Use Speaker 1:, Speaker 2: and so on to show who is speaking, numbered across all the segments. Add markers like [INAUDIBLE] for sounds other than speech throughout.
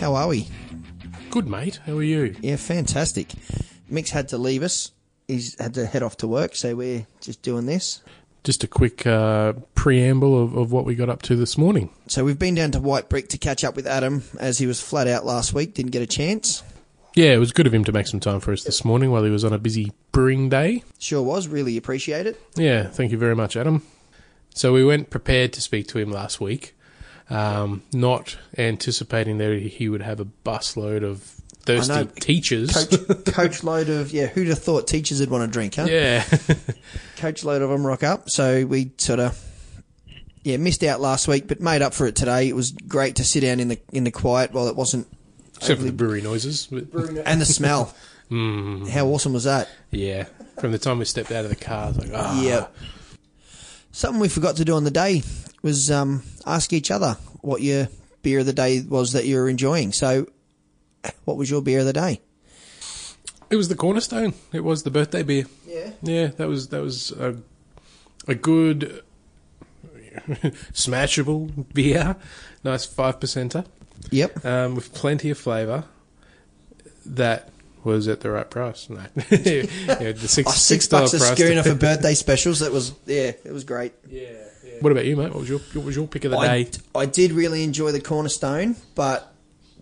Speaker 1: How are we?
Speaker 2: Good, mate. How are you?
Speaker 1: Yeah, fantastic. Mick's had to leave us. He's had to head off to work, so we're just doing this.
Speaker 2: Just a quick uh, preamble of, of what we got up to this morning.
Speaker 1: So we've been down to White Brick to catch up with Adam as he was flat out last week, didn't get a chance.
Speaker 2: Yeah, it was good of him to make some time for us this morning while he was on a busy brewing day.
Speaker 1: Sure was, really appreciate it.
Speaker 2: Yeah, thank you very much, Adam. So we went prepared to speak to him last week, um, not anticipating that he would have a busload of thirsty
Speaker 1: know.
Speaker 2: teachers.
Speaker 1: Coach, coach load of, yeah, who'd have thought teachers would want to drink, huh?
Speaker 2: [LAUGHS]
Speaker 1: [LAUGHS]
Speaker 2: Yeah,
Speaker 1: Coach load of them rock up. So we sort of, yeah, missed out last week, but made up for it today. It was great to sit down in the in the quiet while it wasn't,
Speaker 2: except for the brewery noises. but- mm,
Speaker 1: and the smell. How awesome was that?
Speaker 2: yeah, from the time we stepped out of the car, I was like, ah,
Speaker 1: Yeah. Something we forgot to do on the day was um, ask each other what your beer of the day was that you were enjoying. So, what was your beer of the day?
Speaker 2: it was the cornerstone. It was the birthday beer.
Speaker 1: Yeah.
Speaker 2: Yeah, that was that was a, a good [LAUGHS] smashable beer, nice five percenter
Speaker 1: Yep.
Speaker 2: um, with plenty of flavour. That was at the right price. No, [LAUGHS] yeah, the six,
Speaker 1: Oh, six
Speaker 2: six dollar
Speaker 1: bucks a
Speaker 2: price.
Speaker 1: schooner
Speaker 2: [LAUGHS]
Speaker 1: for birthday specials. That was yeah, it was great.
Speaker 2: yeah, yeah. What about you, mate? What was your what was your pick of the
Speaker 1: I,
Speaker 2: day?
Speaker 1: I did really enjoy the cornerstone, but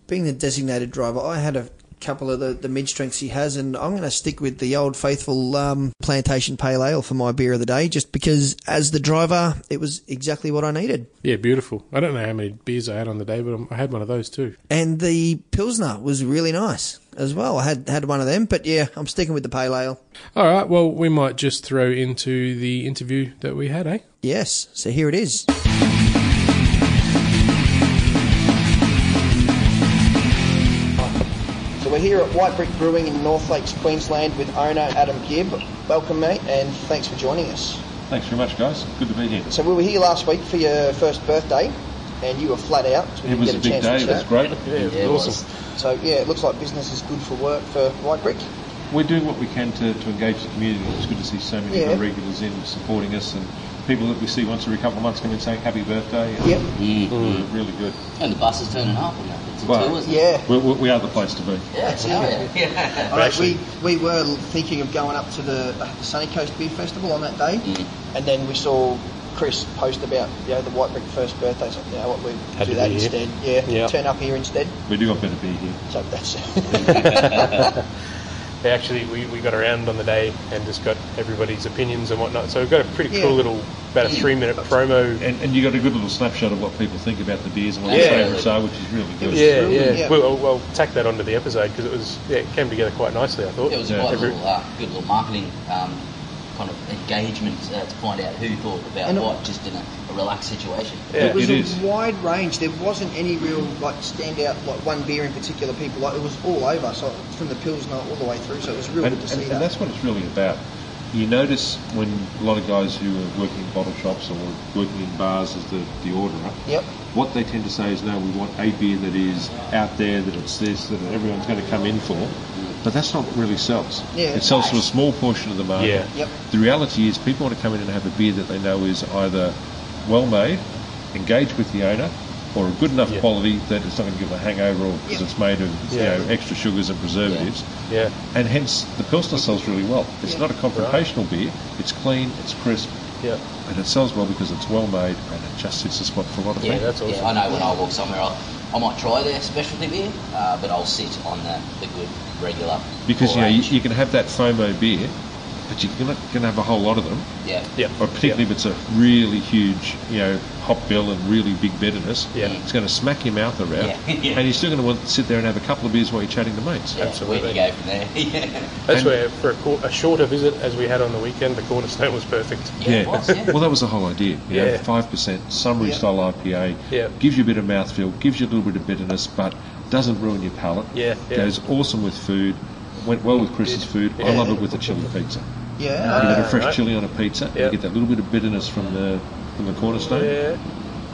Speaker 1: being the designated driver, I had a couple of the, the mid strengths he has, and I'm going to stick with the old faithful um, plantation pale ale for my beer of the day, just because as the driver, it was exactly what I needed.
Speaker 2: Yeah, beautiful. I don't know how many beers I had on the day, but I had one of those too.
Speaker 1: And the Pilsner was really nice as well. I had had one of them, but yeah, I'm sticking with the pale ale.
Speaker 2: All right. Well, we might just throw into the interview that we had, eh?
Speaker 1: Yes, so here it is. So we're here at White Brick Brewing in North Lakes, Queensland with owner Adam Gibb. Welcome, mate, and thanks for joining us.
Speaker 3: Thanks very much, guys. Good to be here.
Speaker 1: So we were here last week for your first birthday, and you were flat out, so we
Speaker 3: It
Speaker 1: didn't
Speaker 3: was
Speaker 1: get
Speaker 3: a
Speaker 1: a,
Speaker 3: big
Speaker 1: chance
Speaker 3: day.
Speaker 1: to
Speaker 3: It was
Speaker 1: chat.
Speaker 3: great.
Speaker 2: it was awesome.
Speaker 1: So yeah, it looks like business is good for work for White Brick.
Speaker 3: We're doing what we can to, to engage the community. It's good to see so many
Speaker 1: Yeah.
Speaker 3: of our regulars in supporting us and people that we see once every couple of months come in saying happy birthday. and-
Speaker 1: Yep.
Speaker 3: Really, really good.
Speaker 4: And the bus is turning up. And that. It's a
Speaker 3: Wow.
Speaker 4: two, isn't it?
Speaker 1: Yeah.
Speaker 3: We're, we're- we are the place to be.
Speaker 4: Yeah, it's an hour.
Speaker 1: All right,
Speaker 3: Actually-
Speaker 1: we, we were thinking of going up to the, uh, the Sunny Coast Beer Festival on that day, and then we saw Chris post about you know the White Brick first birthday. So you know what, we
Speaker 2: Had
Speaker 1: do
Speaker 2: to
Speaker 1: that
Speaker 2: be here.
Speaker 1: instead. Yeah,
Speaker 2: Yeah.
Speaker 1: turn up here instead.
Speaker 3: We do want better beer here.
Speaker 1: So that's
Speaker 2: Yeah, actually, we, we got around on the day and just got everybody's opinions and whatnot. So we've got a pretty
Speaker 1: Yeah.
Speaker 2: cool little, about a three minute promo.
Speaker 3: And, and you got a good little snapshot of what people think about the beers and what
Speaker 2: Yeah.
Speaker 3: their favourites are, which is really good.
Speaker 1: was
Speaker 2: Yeah,
Speaker 1: brilliant,
Speaker 2: yeah.
Speaker 1: yeah.
Speaker 2: We'll, we'll tack that onto the episode because it was yeah, it came together quite nicely. I thought
Speaker 4: It was
Speaker 3: Yeah.
Speaker 4: quite a
Speaker 2: Every-
Speaker 4: little, uh, good little marketing um, kind of engagement uh, to find out who thought about
Speaker 1: And-
Speaker 4: what, just in a, a relaxed situation.
Speaker 2: Yeah.
Speaker 1: it was
Speaker 3: It
Speaker 1: a
Speaker 3: is.
Speaker 1: wide range. There wasn't any real like standout like one beer in particular. People like it was all over. So from the Pilsner all the way through. So it was real
Speaker 3: And,
Speaker 1: good to
Speaker 3: and,
Speaker 1: see
Speaker 3: and
Speaker 1: that.
Speaker 3: that's what it's really about. You notice when a lot of guys who are working in bottle shops or working in bars as the, the orderer,
Speaker 1: Yep.
Speaker 3: what they tend to say is, no, we want a beer that is out there, that it's this, that everyone's going to come in for. But that's not what really sells.
Speaker 1: Yeah.
Speaker 3: It sells to a small portion of the market.
Speaker 2: Yeah.
Speaker 1: Yep.
Speaker 3: The reality is, people want to come in and have a beer that they know is either well made, engage with the owner, or a good enough
Speaker 2: Yeah.
Speaker 3: quality that it's not going to give them a hangover or because
Speaker 1: Yeah.
Speaker 3: it's made of
Speaker 2: Yeah.
Speaker 3: you know, extra sugars and preservatives
Speaker 2: yeah,
Speaker 3: and hence the Pilsner sells really well. It's
Speaker 1: Yeah.
Speaker 3: not a confrontational beer. It's clean, it's crisp,
Speaker 2: yeah,
Speaker 3: and it sells well because it's well made and it just hits the spot for a lot of
Speaker 4: Yeah,
Speaker 3: people.
Speaker 2: that's awesome.
Speaker 4: Yeah, I know when I walk somewhere, I'll, I might try their specialty beer, uh, but I'll sit on the, the good regular.
Speaker 3: Because you know you,
Speaker 4: range.
Speaker 3: you can have that FOMO beer, but you're not going to have a whole lot of them.
Speaker 4: yeah.
Speaker 2: yeah.
Speaker 3: Or particularly if it's a really huge, you know, hop bill and really big bitterness,
Speaker 2: Yeah.
Speaker 3: it's going to smack your mouth around,
Speaker 4: Yeah. Yeah.
Speaker 3: and you're still going to want to sit there and have a couple of beers while you're chatting to mates.
Speaker 4: Yeah, Where
Speaker 2: Absolutely.
Speaker 4: do you go from there? [LAUGHS] yeah.
Speaker 2: That's
Speaker 3: And-
Speaker 2: where for a, cor- a shorter visit as we had on the weekend, the cornerstone was perfect.
Speaker 4: Yeah, it was, yeah.
Speaker 3: well, that was the whole idea. You know,
Speaker 2: Yeah.
Speaker 3: five percent summary
Speaker 1: Yeah.
Speaker 3: style IPA.
Speaker 2: Yeah.
Speaker 3: Gives you a bit of mouthfeel, gives you a little bit of bitterness, but doesn't ruin your palate.
Speaker 2: Yeah, yeah.
Speaker 3: Goes awesome with food. Went well with Chris's food. I
Speaker 2: Yeah.
Speaker 3: love it with a chili pizza.
Speaker 1: Yeah.
Speaker 3: you get a
Speaker 2: Ah,
Speaker 3: fresh
Speaker 2: right.
Speaker 3: chili on a pizza. and
Speaker 2: Yep.
Speaker 3: You get that little bit of bitterness from the from the cornerstone.
Speaker 2: Yeah,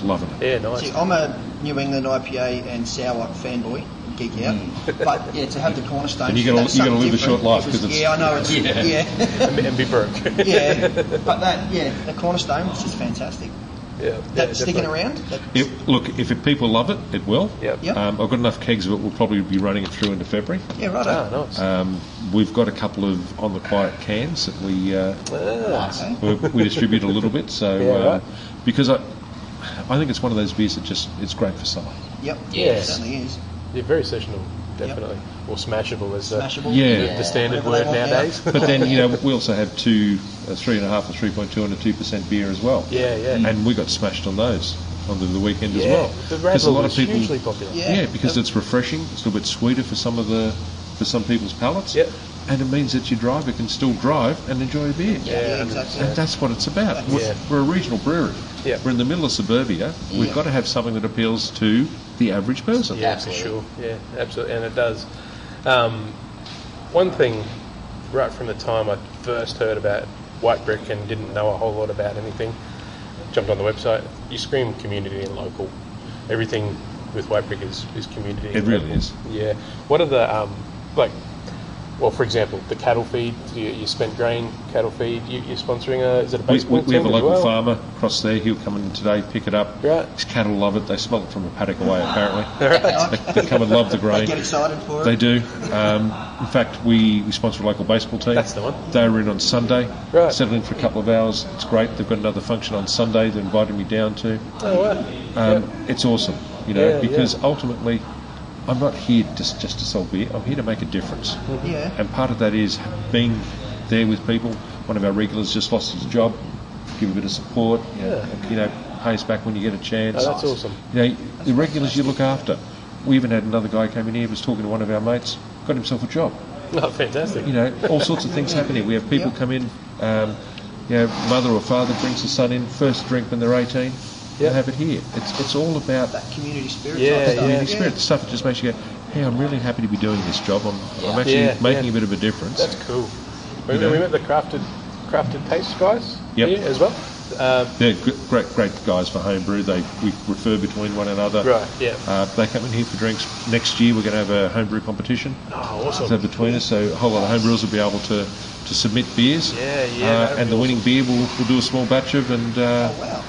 Speaker 3: Loving it.
Speaker 2: yeah,
Speaker 1: See,
Speaker 2: nice.
Speaker 1: I'm a New England IPA and sour fanboy, geek out. [LAUGHS] But yeah, to have the cornerstone.
Speaker 3: Hmm. And you gotta-
Speaker 1: that's
Speaker 3: you gotta
Speaker 1: something
Speaker 3: live a short
Speaker 1: different.
Speaker 3: life
Speaker 1: It was-
Speaker 3: 'cause it's-
Speaker 1: yeah, I
Speaker 3: [LAUGHS]
Speaker 1: know it's yeah,
Speaker 2: And, and be broke. [LAUGHS]
Speaker 1: yeah. But that yeah, the cornerstone was just fantastic.
Speaker 2: Yeah.
Speaker 1: That sticking around? That-
Speaker 3: It, look, if it, people love it, it will.
Speaker 2: Yep.
Speaker 1: Yep.
Speaker 3: Um, I've got enough kegs of it. We'll probably be running it through into February.
Speaker 1: yeah, right.
Speaker 2: Ah, nice.
Speaker 3: Um, we've got a couple of on the quiet cans that we uh,
Speaker 2: Ah,
Speaker 1: eh?
Speaker 3: we, we distribute a little bit. So
Speaker 2: Yeah,
Speaker 3: uh,
Speaker 2: right.
Speaker 3: because I, I think it's one of those beers that just it's great for summer.
Speaker 1: Yep.
Speaker 4: Yeah.
Speaker 1: It certainly is.
Speaker 2: yeah, very sessional, definitely. Or smashable as uh,
Speaker 1: Smashable.
Speaker 3: Yeah.
Speaker 2: the standard
Speaker 1: Whatever they want
Speaker 2: word
Speaker 1: now.
Speaker 2: [LAUGHS] nowadays.
Speaker 3: But then you know we also have two, a three and a half, a three point two, and a two percent beer as well.
Speaker 2: yeah, yeah.
Speaker 3: And we got smashed on those on the, the weekend as
Speaker 2: Yeah,
Speaker 3: well.
Speaker 2: The
Speaker 3: 'Cause a
Speaker 2: Rattler
Speaker 3: lot of
Speaker 2: was
Speaker 3: people-
Speaker 2: hugely popular.
Speaker 1: Yeah.
Speaker 3: Yeah, because it's refreshing. It's a little bit sweeter for some of the for some people's palates.
Speaker 2: Yep.
Speaker 3: And it means that your driver can still drive and enjoy a beer.
Speaker 1: Yeah,
Speaker 2: Yeah,
Speaker 1: exactly.
Speaker 3: And that's what it's about. We're,
Speaker 2: Yeah.
Speaker 3: we're a regional brewery.
Speaker 2: Yeah.
Speaker 3: We're in the middle of suburbia. We've got to have something that appeals to the average person.
Speaker 2: Yeah, for sure. Yeah, absolutely, and it does. Um, one thing, right from the time I first heard about White Brick and didn't know a whole lot about anything, jumped on the website. You scream community and local. Everything with White Brick is, is community.
Speaker 3: It
Speaker 2: and
Speaker 3: really
Speaker 2: local.
Speaker 3: is.
Speaker 2: Yeah. What are the um, like? Well, for example, the cattle feed, you, you spent grain cattle feed. You, you're sponsoring a is it a
Speaker 3: We,
Speaker 2: baseball
Speaker 3: we, we have a
Speaker 2: team as
Speaker 3: local
Speaker 2: well?
Speaker 3: farmer across there. He'll come in today, pick it up.
Speaker 2: Right. Oh,
Speaker 3: His cattle love it. They smell it from a paddock away,
Speaker 2: [LAUGHS]
Speaker 3: apparently. they, they come and love the grain.
Speaker 1: Get excited for it.
Speaker 3: They do. Um, in fact, we, we sponsor a local baseball team.
Speaker 2: That's the one.
Speaker 3: They were in on Sunday.
Speaker 2: Right.
Speaker 3: Settled in for a couple of hours. It's great. They've got another function on Sunday. They invited me down to.
Speaker 2: Oh, wow.
Speaker 3: Um, It's awesome, you know,
Speaker 2: Yeah,
Speaker 3: because ultimately, I'm not here just just to sell beer. I'm here to make a difference,
Speaker 1: Yeah.
Speaker 3: and part of that is being there with people. One of our regulars just lost his job. Give a bit of support. You know, you know pay us back when you get a chance.
Speaker 2: Oh, that's awesome.
Speaker 3: You know, the regulars you look after. We even had another guy came in here, was talking to one of our mates, got himself a job
Speaker 2: Oh, fantastic.
Speaker 3: you know, all sorts of things happen here. We have people come in, um, you know, mother or father brings the son in, first drink when they're 18, they
Speaker 2: Yeah.
Speaker 3: have it here. It's, it's all about that
Speaker 1: That community spirit.
Speaker 2: Yeah,
Speaker 1: type stuff.
Speaker 2: yeah.
Speaker 3: community spirit stuff that just makes you go, hey, I'm really happy to be doing this job. I'm, I'm actually
Speaker 2: Yeah,
Speaker 3: making
Speaker 2: yeah.
Speaker 3: a bit of a difference.
Speaker 2: That's cool. We,
Speaker 3: know?
Speaker 2: we met the crafted crafted taste guys
Speaker 3: Yep.
Speaker 2: here as well. Um,
Speaker 3: they're gr- great, great guys for homebrew. They we refer between one another.
Speaker 2: Right, yeah.
Speaker 3: Uh, they come in here for drinks. Next year we're going to have a homebrew competition.
Speaker 2: oh, awesome.
Speaker 3: So between us, so a whole lot of homebrewers will be able to, to submit beers.
Speaker 2: Yeah, yeah,
Speaker 3: Uh,
Speaker 2: that'd
Speaker 3: and the winning beer we'll, we'll do a small batch of and uh,
Speaker 1: Wow.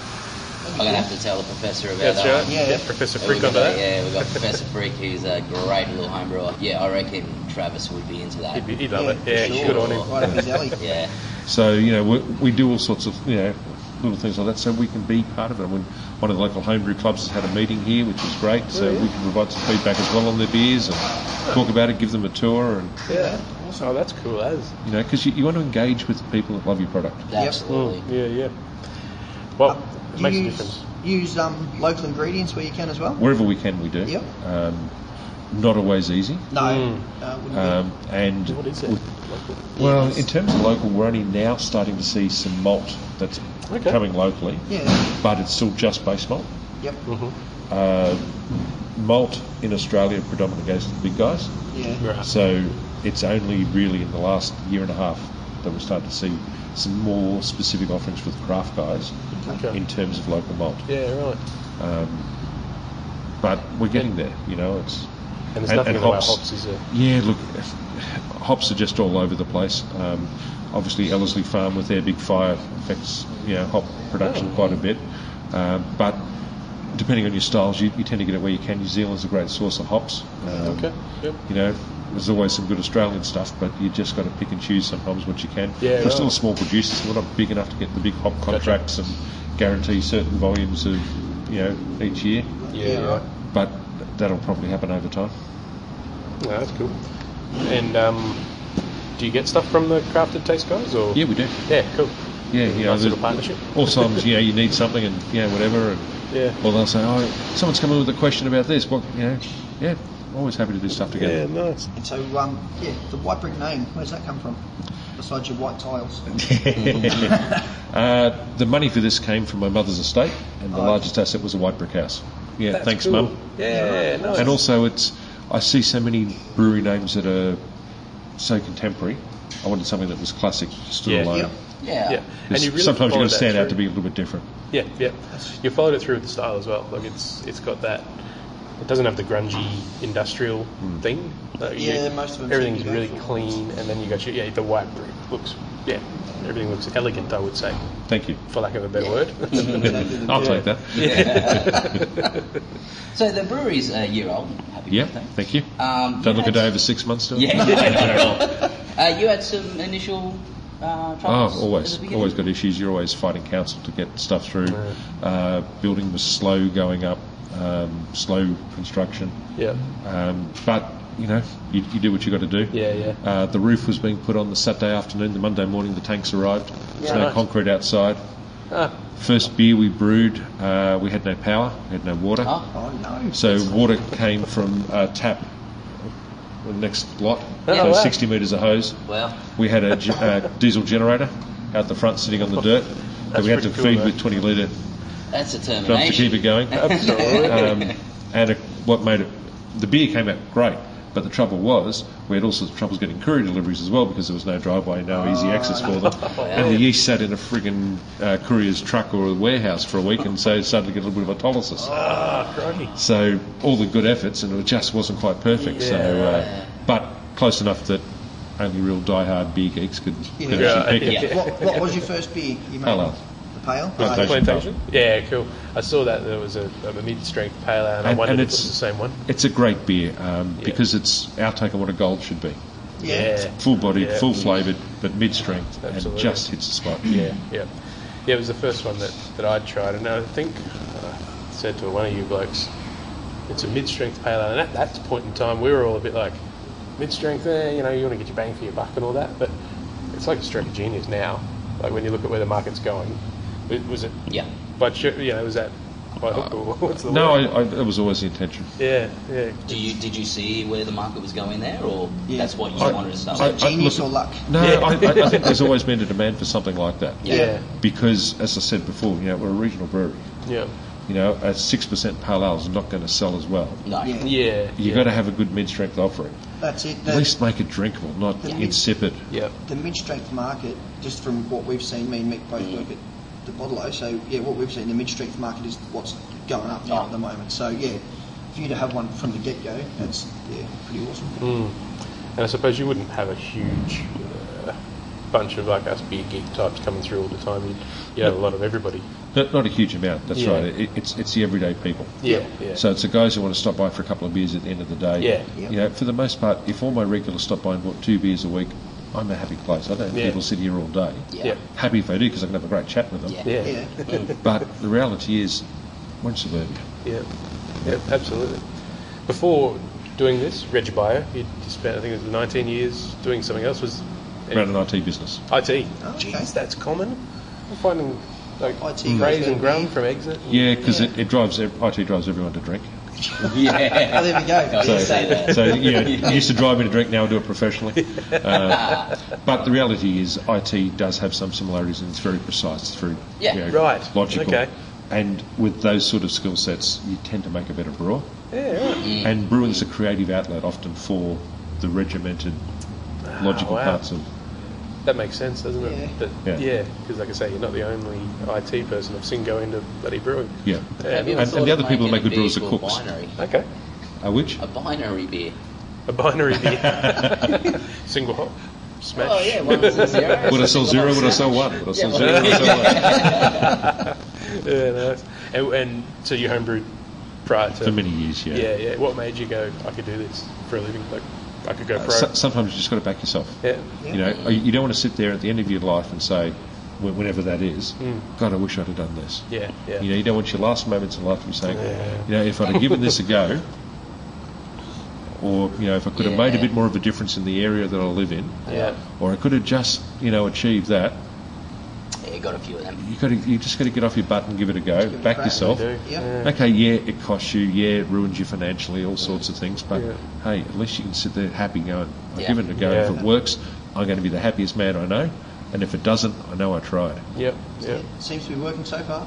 Speaker 4: I'm going to have to tell the professor about
Speaker 2: That's
Speaker 4: that
Speaker 2: right.
Speaker 4: one.
Speaker 1: Yeah.
Speaker 2: Professor
Speaker 4: Yeah,
Speaker 2: Freak
Speaker 4: we
Speaker 2: on
Speaker 4: got,
Speaker 2: that.
Speaker 4: Yeah, we got Professor Freak, who's a great little home brewer. Yeah, I reckon Travis would be into that.
Speaker 2: He'd, be, he'd love
Speaker 1: Yeah,
Speaker 2: it.
Speaker 1: for
Speaker 2: Yeah,
Speaker 1: sure.
Speaker 2: good on him.
Speaker 1: Right up his
Speaker 3: [LAUGHS]
Speaker 1: alley.
Speaker 4: Yeah,
Speaker 3: So you know we, we do all sorts of you know little things like that, so we can be part of it. When one of the local homebrew clubs has had a meeting here, which is great, so we can provide some feedback as well on their beers and talk about it, give them a tour, and
Speaker 2: Yeah. Oh, that's cool as.
Speaker 3: you know because you, you want to engage with the people that love your product.
Speaker 4: absolutely.
Speaker 2: Yeah, yeah. Well,
Speaker 1: Uh,
Speaker 2: it makes a
Speaker 1: Use,
Speaker 2: difference.
Speaker 1: use um, local ingredients where you can as well.
Speaker 3: Wherever we can, we do.
Speaker 1: Yep.
Speaker 3: Um, not always easy,
Speaker 1: No, uh, wouldn't
Speaker 3: um, and
Speaker 2: What is it?
Speaker 3: with- well, in terms of local, we're only now starting to see some malt that's
Speaker 2: Okay.
Speaker 3: coming locally,
Speaker 1: be. Yeah.
Speaker 3: but it's still just base malt.
Speaker 1: Yep.
Speaker 3: Uh, malt in Australia predominantly goes to the big guys.
Speaker 1: Yeah.
Speaker 2: Right.
Speaker 3: So it's only really in the last year and a half that we're starting to see some more specific offerings with craft guys
Speaker 2: Okay.
Speaker 3: in terms of local malt.
Speaker 2: Yeah, right.
Speaker 3: But we're getting there, you know. It's
Speaker 2: And there's
Speaker 3: And-
Speaker 2: nothing
Speaker 3: and
Speaker 2: about
Speaker 3: hops.
Speaker 2: hops, is there?
Speaker 3: yeah, look, hops are just all over the place. Um, obviously, Ellerslie Farm with their big fire affects you know hop
Speaker 2: Oh.
Speaker 3: production quite a bit, um, but depending on your styles, you, you tend to get it where you can. New Zealand's a great source of hops. Um,
Speaker 2: Okay. Yep.
Speaker 3: you know, there's always some good Australian stuff, but you just got to pick and choose sometimes what you can.
Speaker 2: Yeah,
Speaker 3: We're
Speaker 2: right.
Speaker 3: still a small producer, so we're not big enough to get the big hop contracts and guarantee certain volumes of, you know, each year.
Speaker 2: Yeah,
Speaker 1: Yeah,
Speaker 2: yeah.
Speaker 1: right.
Speaker 3: But that'll probably happen over time.
Speaker 2: No, that's cool. And um, do you get stuff from the crafted taste guys or?
Speaker 3: Yeah, we do.
Speaker 2: Yeah, cool.
Speaker 3: Yeah, you know,
Speaker 2: Nice little
Speaker 3: there's-
Speaker 2: partnership.
Speaker 3: Or sometimes, you know, you need something and, you know, whatever. And,
Speaker 2: Yeah.
Speaker 3: Or they'll say, oh, someone's come in with a question about this. What, you know, yeah, always happy to do stuff together.
Speaker 2: Yeah, nice.
Speaker 1: And so, um, yeah, the white brick name, where's that come from? Besides your white [LAUGHS] tiles.
Speaker 3: [LAUGHS] Uh, the money for this came from my mother's estate, and the
Speaker 1: Oh.
Speaker 3: largest asset was a white brick house. Yeah,
Speaker 2: That's
Speaker 3: thanks,
Speaker 2: cool.
Speaker 3: mum.
Speaker 2: Yeah, nice.
Speaker 3: And also, it's I see so many brewery names that are so contemporary. I wanted something that was classic, stood
Speaker 2: Yeah.
Speaker 3: alone.
Speaker 1: Yep.
Speaker 4: Yeah.
Speaker 2: yeah. And you really
Speaker 3: sometimes you
Speaker 2: follow
Speaker 3: got to
Speaker 2: that
Speaker 3: stand out
Speaker 2: through.
Speaker 3: to be a little bit different.
Speaker 2: Yeah, yeah. You followed it through with the style as well. Like it's it's got that. It doesn't have the grungy industrial
Speaker 3: Hmm.
Speaker 2: thing. Like
Speaker 1: Yeah, most of them seem
Speaker 2: Everything's
Speaker 1: to go
Speaker 2: really
Speaker 1: for it.
Speaker 2: clean, and then you got your, yeah the white brick looks yeah, everything looks elegant, I would say,
Speaker 3: Thank you.
Speaker 2: for lack of a better word. [LAUGHS]
Speaker 1: Oh.
Speaker 3: I'll take that.
Speaker 4: So the brewery's a year old. Happy
Speaker 3: Yeah,
Speaker 4: birthday.
Speaker 3: thank you.
Speaker 4: Um,
Speaker 3: Don't
Speaker 4: you
Speaker 3: look a
Speaker 4: had-
Speaker 3: day over six months. Still.
Speaker 4: Yeah. uh, you had some initial uh,
Speaker 3: Oh,
Speaker 4: troubles.
Speaker 3: always,
Speaker 4: at the
Speaker 3: always
Speaker 4: beginning?
Speaker 3: got issues. You're always fighting council to get stuff through. Uh, building was slow going up, um, slow construction.
Speaker 2: yeah,
Speaker 3: Um, but you know, you, you do what you got to do.
Speaker 2: yeah, yeah.
Speaker 3: Uh, the roof was being put on the Saturday afternoon. The Monday morning, the tanks arrived. There's
Speaker 2: Yeah.
Speaker 3: no
Speaker 2: Nice.
Speaker 3: concrete outside.
Speaker 2: Ah,
Speaker 3: First beer we brewed, uh, we had no power, we had no water.
Speaker 2: Ah.
Speaker 4: Oh.
Speaker 1: Oh no.
Speaker 3: So water came from a tap, the next lot.
Speaker 2: Yeah.
Speaker 3: so
Speaker 2: Oh, wow.
Speaker 3: 60 metres of hose.
Speaker 4: Well,
Speaker 3: We had a, ge- a diesel generator out the front sitting on the dirt that we had to
Speaker 2: pretty cool,
Speaker 3: feed
Speaker 2: though.
Speaker 3: with 20 litre
Speaker 4: that's a
Speaker 3: drums to keep
Speaker 4: termination.
Speaker 3: it going. [LAUGHS] Um, and it, what made it, the beer came out great, but the trouble was we had all sorts of troubles getting courier deliveries as well because there was no driveway, no
Speaker 2: Ah.
Speaker 3: easy access for
Speaker 2: [LAUGHS]
Speaker 3: them. And the yeast sat in a friggin' uh, courier's truck or a warehouse for a week and so it started to get a little bit of autolysis.
Speaker 2: ah, crikey.
Speaker 3: So all the good efforts, and it just wasn't quite perfect. so, uh, but close enough that only real diehard beer geeks could, could
Speaker 1: Yeah.
Speaker 3: actually pick it.
Speaker 4: Yeah.
Speaker 1: What, what was your first beer you made?
Speaker 3: Pale ale.
Speaker 1: The pale.
Speaker 3: Plantation.
Speaker 1: Oh,
Speaker 2: Plantation? Yeah, cool. I saw that there was a, a mid-strength pale ale, and, I
Speaker 3: And-
Speaker 2: wondered
Speaker 3: and
Speaker 2: if it's
Speaker 3: it's-
Speaker 2: the same one.
Speaker 3: It's a great beer um, because it's our take on what a gold should be:
Speaker 1: yeah.
Speaker 3: full bodied,
Speaker 2: Yeah.
Speaker 3: full flavoured, but mid strength, and
Speaker 2: Absolutely.
Speaker 3: just hits the spot.
Speaker 2: Yeah, yeah. Yeah, it was the first one that, that I'd tried, and I think uh, I said to one of you blokes, it's a mid strength pale ale. And at that point in time, we were all a bit like, mid strength there, you know, you want to get your bang for your buck and all that. But it's like a stroke of genius now. Like when you look at where the market's going, it, was it,
Speaker 4: Yeah.
Speaker 2: by, ch- you know, was that by hook or what's the
Speaker 3: No,
Speaker 2: word?
Speaker 3: I, I, that was always the intention.
Speaker 2: Yeah, yeah.
Speaker 4: Do you did you see where the market was going there, or
Speaker 1: Yeah.
Speaker 4: that's what you
Speaker 3: I-
Speaker 4: wanted to start?
Speaker 3: I-
Speaker 4: with?
Speaker 1: Genius
Speaker 3: look-
Speaker 1: or luck?
Speaker 3: No,
Speaker 2: Yeah.
Speaker 3: I, I, I think there's always been a demand for something like that.
Speaker 2: Yeah,
Speaker 3: Because, as I said before, you know, we're a regional brewery.
Speaker 2: yeah,
Speaker 3: You know, a 6% pale ale is not going to sell as well.
Speaker 4: no.
Speaker 1: Yeah.
Speaker 2: yeah.
Speaker 3: You've got to have a good mid strength offering.
Speaker 1: That's it.
Speaker 3: At
Speaker 1: That,
Speaker 3: least make it drinkable, not
Speaker 1: Yeah.
Speaker 3: insipid.
Speaker 2: Yeah,
Speaker 1: the mid-strength market, just from what we've seen, me and Mick both work at the Bottle so yeah, what we've seen, the mid-strength market is what's going up now at the moment. So yeah, for you to have one from the get-go, that's yeah, pretty awesome.
Speaker 2: and I suppose you wouldn't have a huge uh, bunch of like us beer geek types coming through all the time. You'd, you'd have a lot of everybody.
Speaker 3: Not, not a huge amount, that's
Speaker 2: Yeah.
Speaker 3: right. It, it's, it's the everyday people.
Speaker 2: Yeah, yeah.
Speaker 3: So it's the guys who want to stop by for a couple of beers at the end of the day.
Speaker 2: Yeah.
Speaker 1: Yeah.
Speaker 3: You know, for the most part, if all my regulars stop by and bought two beers a week, I'm a happy place. I don't have
Speaker 2: Yeah.
Speaker 3: people sit here all day.
Speaker 4: Yeah.
Speaker 3: Happy if they do because I can have a great chat with them.
Speaker 4: Yeah.
Speaker 2: yeah, yeah,
Speaker 1: Yeah,
Speaker 3: But the reality is, we're in suburbia.
Speaker 2: yeah, absolutely. Before doing this, Regibio, you spent I think it was 19 years doing something else. Was
Speaker 3: We're in an IT business.
Speaker 2: IT?
Speaker 1: Oh, okay.
Speaker 2: Jeez, that's common. I'm finding like
Speaker 1: IT
Speaker 2: IT
Speaker 1: goes
Speaker 2: Grays and
Speaker 1: there.
Speaker 2: Grum from Exit.
Speaker 3: Yeah, because It, it drives ev- IT drives everyone to drink.
Speaker 4: [LAUGHS]
Speaker 1: oh, there we
Speaker 2: [LAUGHS]
Speaker 1: go.
Speaker 4: So-
Speaker 1: Yeah, so-
Speaker 3: So yeah, it used to drive me to drink. Now I do it professionally. Uh, but the reality is, IT does have some similarities, and it's very precise. It's very
Speaker 4: Yeah.
Speaker 3: you know,
Speaker 2: Right.
Speaker 3: logical.
Speaker 2: Okay.
Speaker 3: And with those sort of skill sets, you tend to make a better brewer.
Speaker 2: Yeah, right.
Speaker 3: And brewing's a creative outlet, often for the regimented, logical
Speaker 2: Ah, wow.
Speaker 3: parts of.
Speaker 2: that makes sense, doesn't it?
Speaker 1: Yeah.
Speaker 2: That,
Speaker 3: Yeah.
Speaker 2: yeah, because like I say, you're not the only IT person I've seen go into bloody brewing. Um,
Speaker 3: Yeah.
Speaker 4: Have you ever
Speaker 3: And- and
Speaker 4: thought
Speaker 3: the
Speaker 4: of
Speaker 3: other people that make
Speaker 4: making
Speaker 3: good
Speaker 4: a
Speaker 3: brews
Speaker 4: beer
Speaker 3: are
Speaker 4: called
Speaker 3: cooks.
Speaker 4: Binary?
Speaker 2: Okay,
Speaker 3: Uh, which?
Speaker 4: A binary beer.
Speaker 2: a binary beer,
Speaker 3: [LAUGHS]
Speaker 2: single hop, smash.
Speaker 4: Oh yeah, one and zero.
Speaker 3: Would I
Speaker 2: [LAUGHS]
Speaker 3: sell zero? Would I sell one? Would I sell zero? Would I sell one?
Speaker 2: Yeah, nice. And, and so you homebrewed prior to
Speaker 3: For many years, yeah.
Speaker 2: Yeah, yeah. What made you go? I could do this for a living. Like, I could go pro.
Speaker 3: Uh, So- sometimes you just got to back yourself.
Speaker 2: yeah,
Speaker 3: You know, you don't want to sit there at the end of your life and say, wh- whenever that is,
Speaker 2: Mm.
Speaker 3: God, I wish I'd have done this.
Speaker 2: yeah, yeah.
Speaker 3: You know, you don't want your last moments in life to be saying, you know, if I'd have given this a go, or you know, if I could have made a
Speaker 4: Yeah.
Speaker 3: bit more of a difference in the area that I live in,
Speaker 2: yeah,
Speaker 3: or I could have just, you know, achieved that.
Speaker 4: Yeah, got a few of them.
Speaker 3: You got to, you just got to get off your butt and give it a go.
Speaker 1: give it a
Speaker 3: Back
Speaker 1: crack.
Speaker 3: yourself.
Speaker 2: do.
Speaker 1: Yeah.
Speaker 3: Okay, yeah, it costs you. Yeah, it ruins you financially, all sorts of things. But
Speaker 2: Yeah.
Speaker 3: hey, at least you can sit there happy going, I've
Speaker 4: Yeah.
Speaker 3: given it a go.
Speaker 2: Yeah.
Speaker 3: If it works, I'm going to be the happiest man I know. And if it doesn't, I know I tried.
Speaker 2: Yep, yep,
Speaker 1: Seems to be working so far.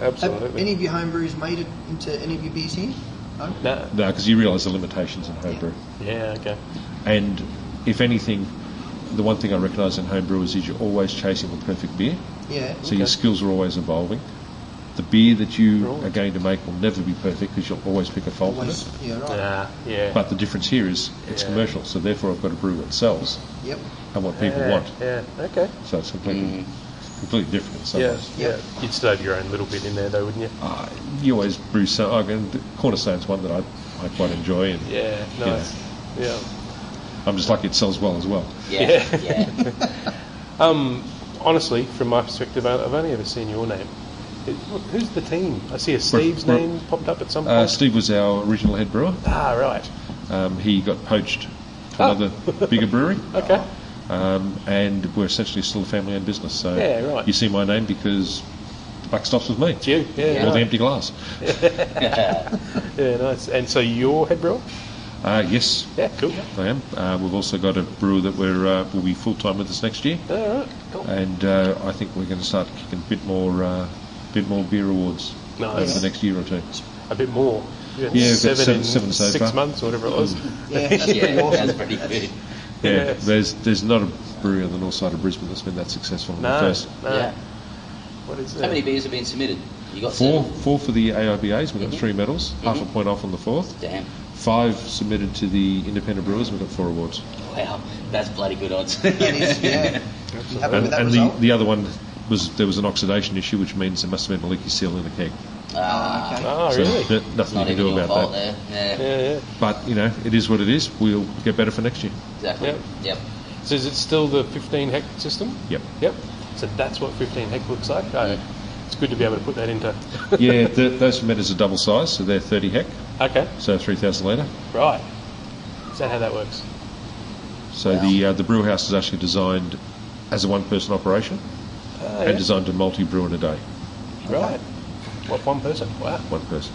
Speaker 1: Have
Speaker 2: absolutely.
Speaker 1: any of your home brews made it into any of your beers here? No.
Speaker 2: Nah.
Speaker 3: No, because you realise the limitations in homebrew.
Speaker 2: Yeah, okay.
Speaker 3: And if anything, the one thing I recognise in homebrewers is you're always chasing the perfect beer.
Speaker 1: Yeah.
Speaker 3: So your skills are always evolving. The beer that you
Speaker 1: Right.
Speaker 3: are going to make will never be perfect because you'll always pick a fault in it.
Speaker 1: Always, yeah, right.
Speaker 2: Nah, yeah.
Speaker 3: But the difference here is it's
Speaker 2: Yeah.
Speaker 3: commercial, so therefore I've got to brew what sells
Speaker 1: Yep.
Speaker 3: and what people
Speaker 2: yeah,
Speaker 3: want.
Speaker 2: Yeah, okay.
Speaker 3: So it's completely, completely different in some
Speaker 2: Yeah,
Speaker 3: ways.
Speaker 2: yeah. You'd still have your own little bit in there, though, wouldn't you?
Speaker 3: Uh, you always brew some. I mean, Cornerstone's one that I, I quite enjoy, and
Speaker 2: Yeah,
Speaker 3: Yeah.
Speaker 2: nice. Yeah.
Speaker 3: I'm just lucky it sells well as well.
Speaker 4: Yeah, yeah.
Speaker 3: [LAUGHS]
Speaker 2: Um, honestly, from my perspective, I- I've only ever seen your name. It- wh- Who's the team? I see a Steve's
Speaker 3: we're-
Speaker 2: name popped up at some point.
Speaker 3: Uh, Steve was our original head brewer.
Speaker 2: Ah, right.
Speaker 3: Um, he got poached to another bigger brewery,
Speaker 2: Oh. [LAUGHS] Okay.
Speaker 3: um, and we're essentially still a family-owned business. So
Speaker 2: Yeah, right.
Speaker 3: Uh, you see my name because the buck stops with me.
Speaker 2: It's you. Yeah,
Speaker 3: Or the
Speaker 2: nice.
Speaker 3: empty glass.
Speaker 2: yeah, nice. And so you're head brewer?
Speaker 3: Uh, yes,
Speaker 2: Yeah, cool.
Speaker 3: I am. Uh, we've also got a brewer that we're, uh, will be full-time with us next year,
Speaker 2: All right, cool.
Speaker 3: and uh, I think we're going to start kicking a bit more, uh, bit more beer awards
Speaker 2: Oh,
Speaker 3: over
Speaker 2: Nice.
Speaker 3: the next year or two.
Speaker 2: A bit more. You had
Speaker 3: Yeah, we've got
Speaker 2: seven,
Speaker 3: seven-
Speaker 2: in
Speaker 3: seven so
Speaker 2: six
Speaker 3: far. Mm,
Speaker 2: months or whatever it was.
Speaker 1: Yeah,
Speaker 2: [LAUGHS]
Speaker 1: that's
Speaker 4: yeah,
Speaker 1: pretty awesome.
Speaker 4: that's pretty good.
Speaker 3: Yeah,
Speaker 2: Yes.
Speaker 3: there's there's not a brewery on the north side of Brisbane that's been that successful. in the
Speaker 2: No,
Speaker 3: first
Speaker 2: no.
Speaker 4: Yeah.
Speaker 2: What is
Speaker 4: How many
Speaker 2: that?
Speaker 4: beers have been submitted? You got
Speaker 3: Four,
Speaker 4: seven?
Speaker 3: four for the AIBAs. We got
Speaker 4: Mhm.
Speaker 3: three medals, half a point off on the fourth.
Speaker 4: Damn.
Speaker 3: Five submitted to the independent brewers. We got four awards,
Speaker 4: Wow, that's bloody good odds. [LAUGHS]
Speaker 1: That is, yeah. You happy
Speaker 3: and,
Speaker 1: with that
Speaker 3: and the,
Speaker 1: result?
Speaker 3: the other one was there was an oxidation issue, which means there must have been a leaky seal in the keg.
Speaker 4: Ah,
Speaker 1: okay.
Speaker 2: Oh, really?
Speaker 3: So n- nothing you
Speaker 4: it's not
Speaker 3: can
Speaker 4: even
Speaker 3: do
Speaker 4: your
Speaker 3: about
Speaker 4: fault
Speaker 3: that.
Speaker 4: there. Yeah,
Speaker 2: Yeah, yeah.
Speaker 3: But you know, it is what it is. We'll get better for next year. [LAUGHS]
Speaker 4: exactly.
Speaker 2: Yep.
Speaker 4: Yep.
Speaker 2: So is it still the 15 hec system?
Speaker 3: Yep.
Speaker 2: Yep. So that's what 15 hec looks like. Oh, It's good to be able to put that into.
Speaker 3: yeah, th those fermenters are double size, so they're 30 hec,
Speaker 2: Okay.
Speaker 3: so 3,000 litre.
Speaker 2: Right. Is that how that works?
Speaker 3: So the uh, the brew house is actually designed as a one-person operation
Speaker 2: Oh,
Speaker 3: and designed to multi-brew in a day,
Speaker 2: Right. What one person? Wow.
Speaker 3: one person.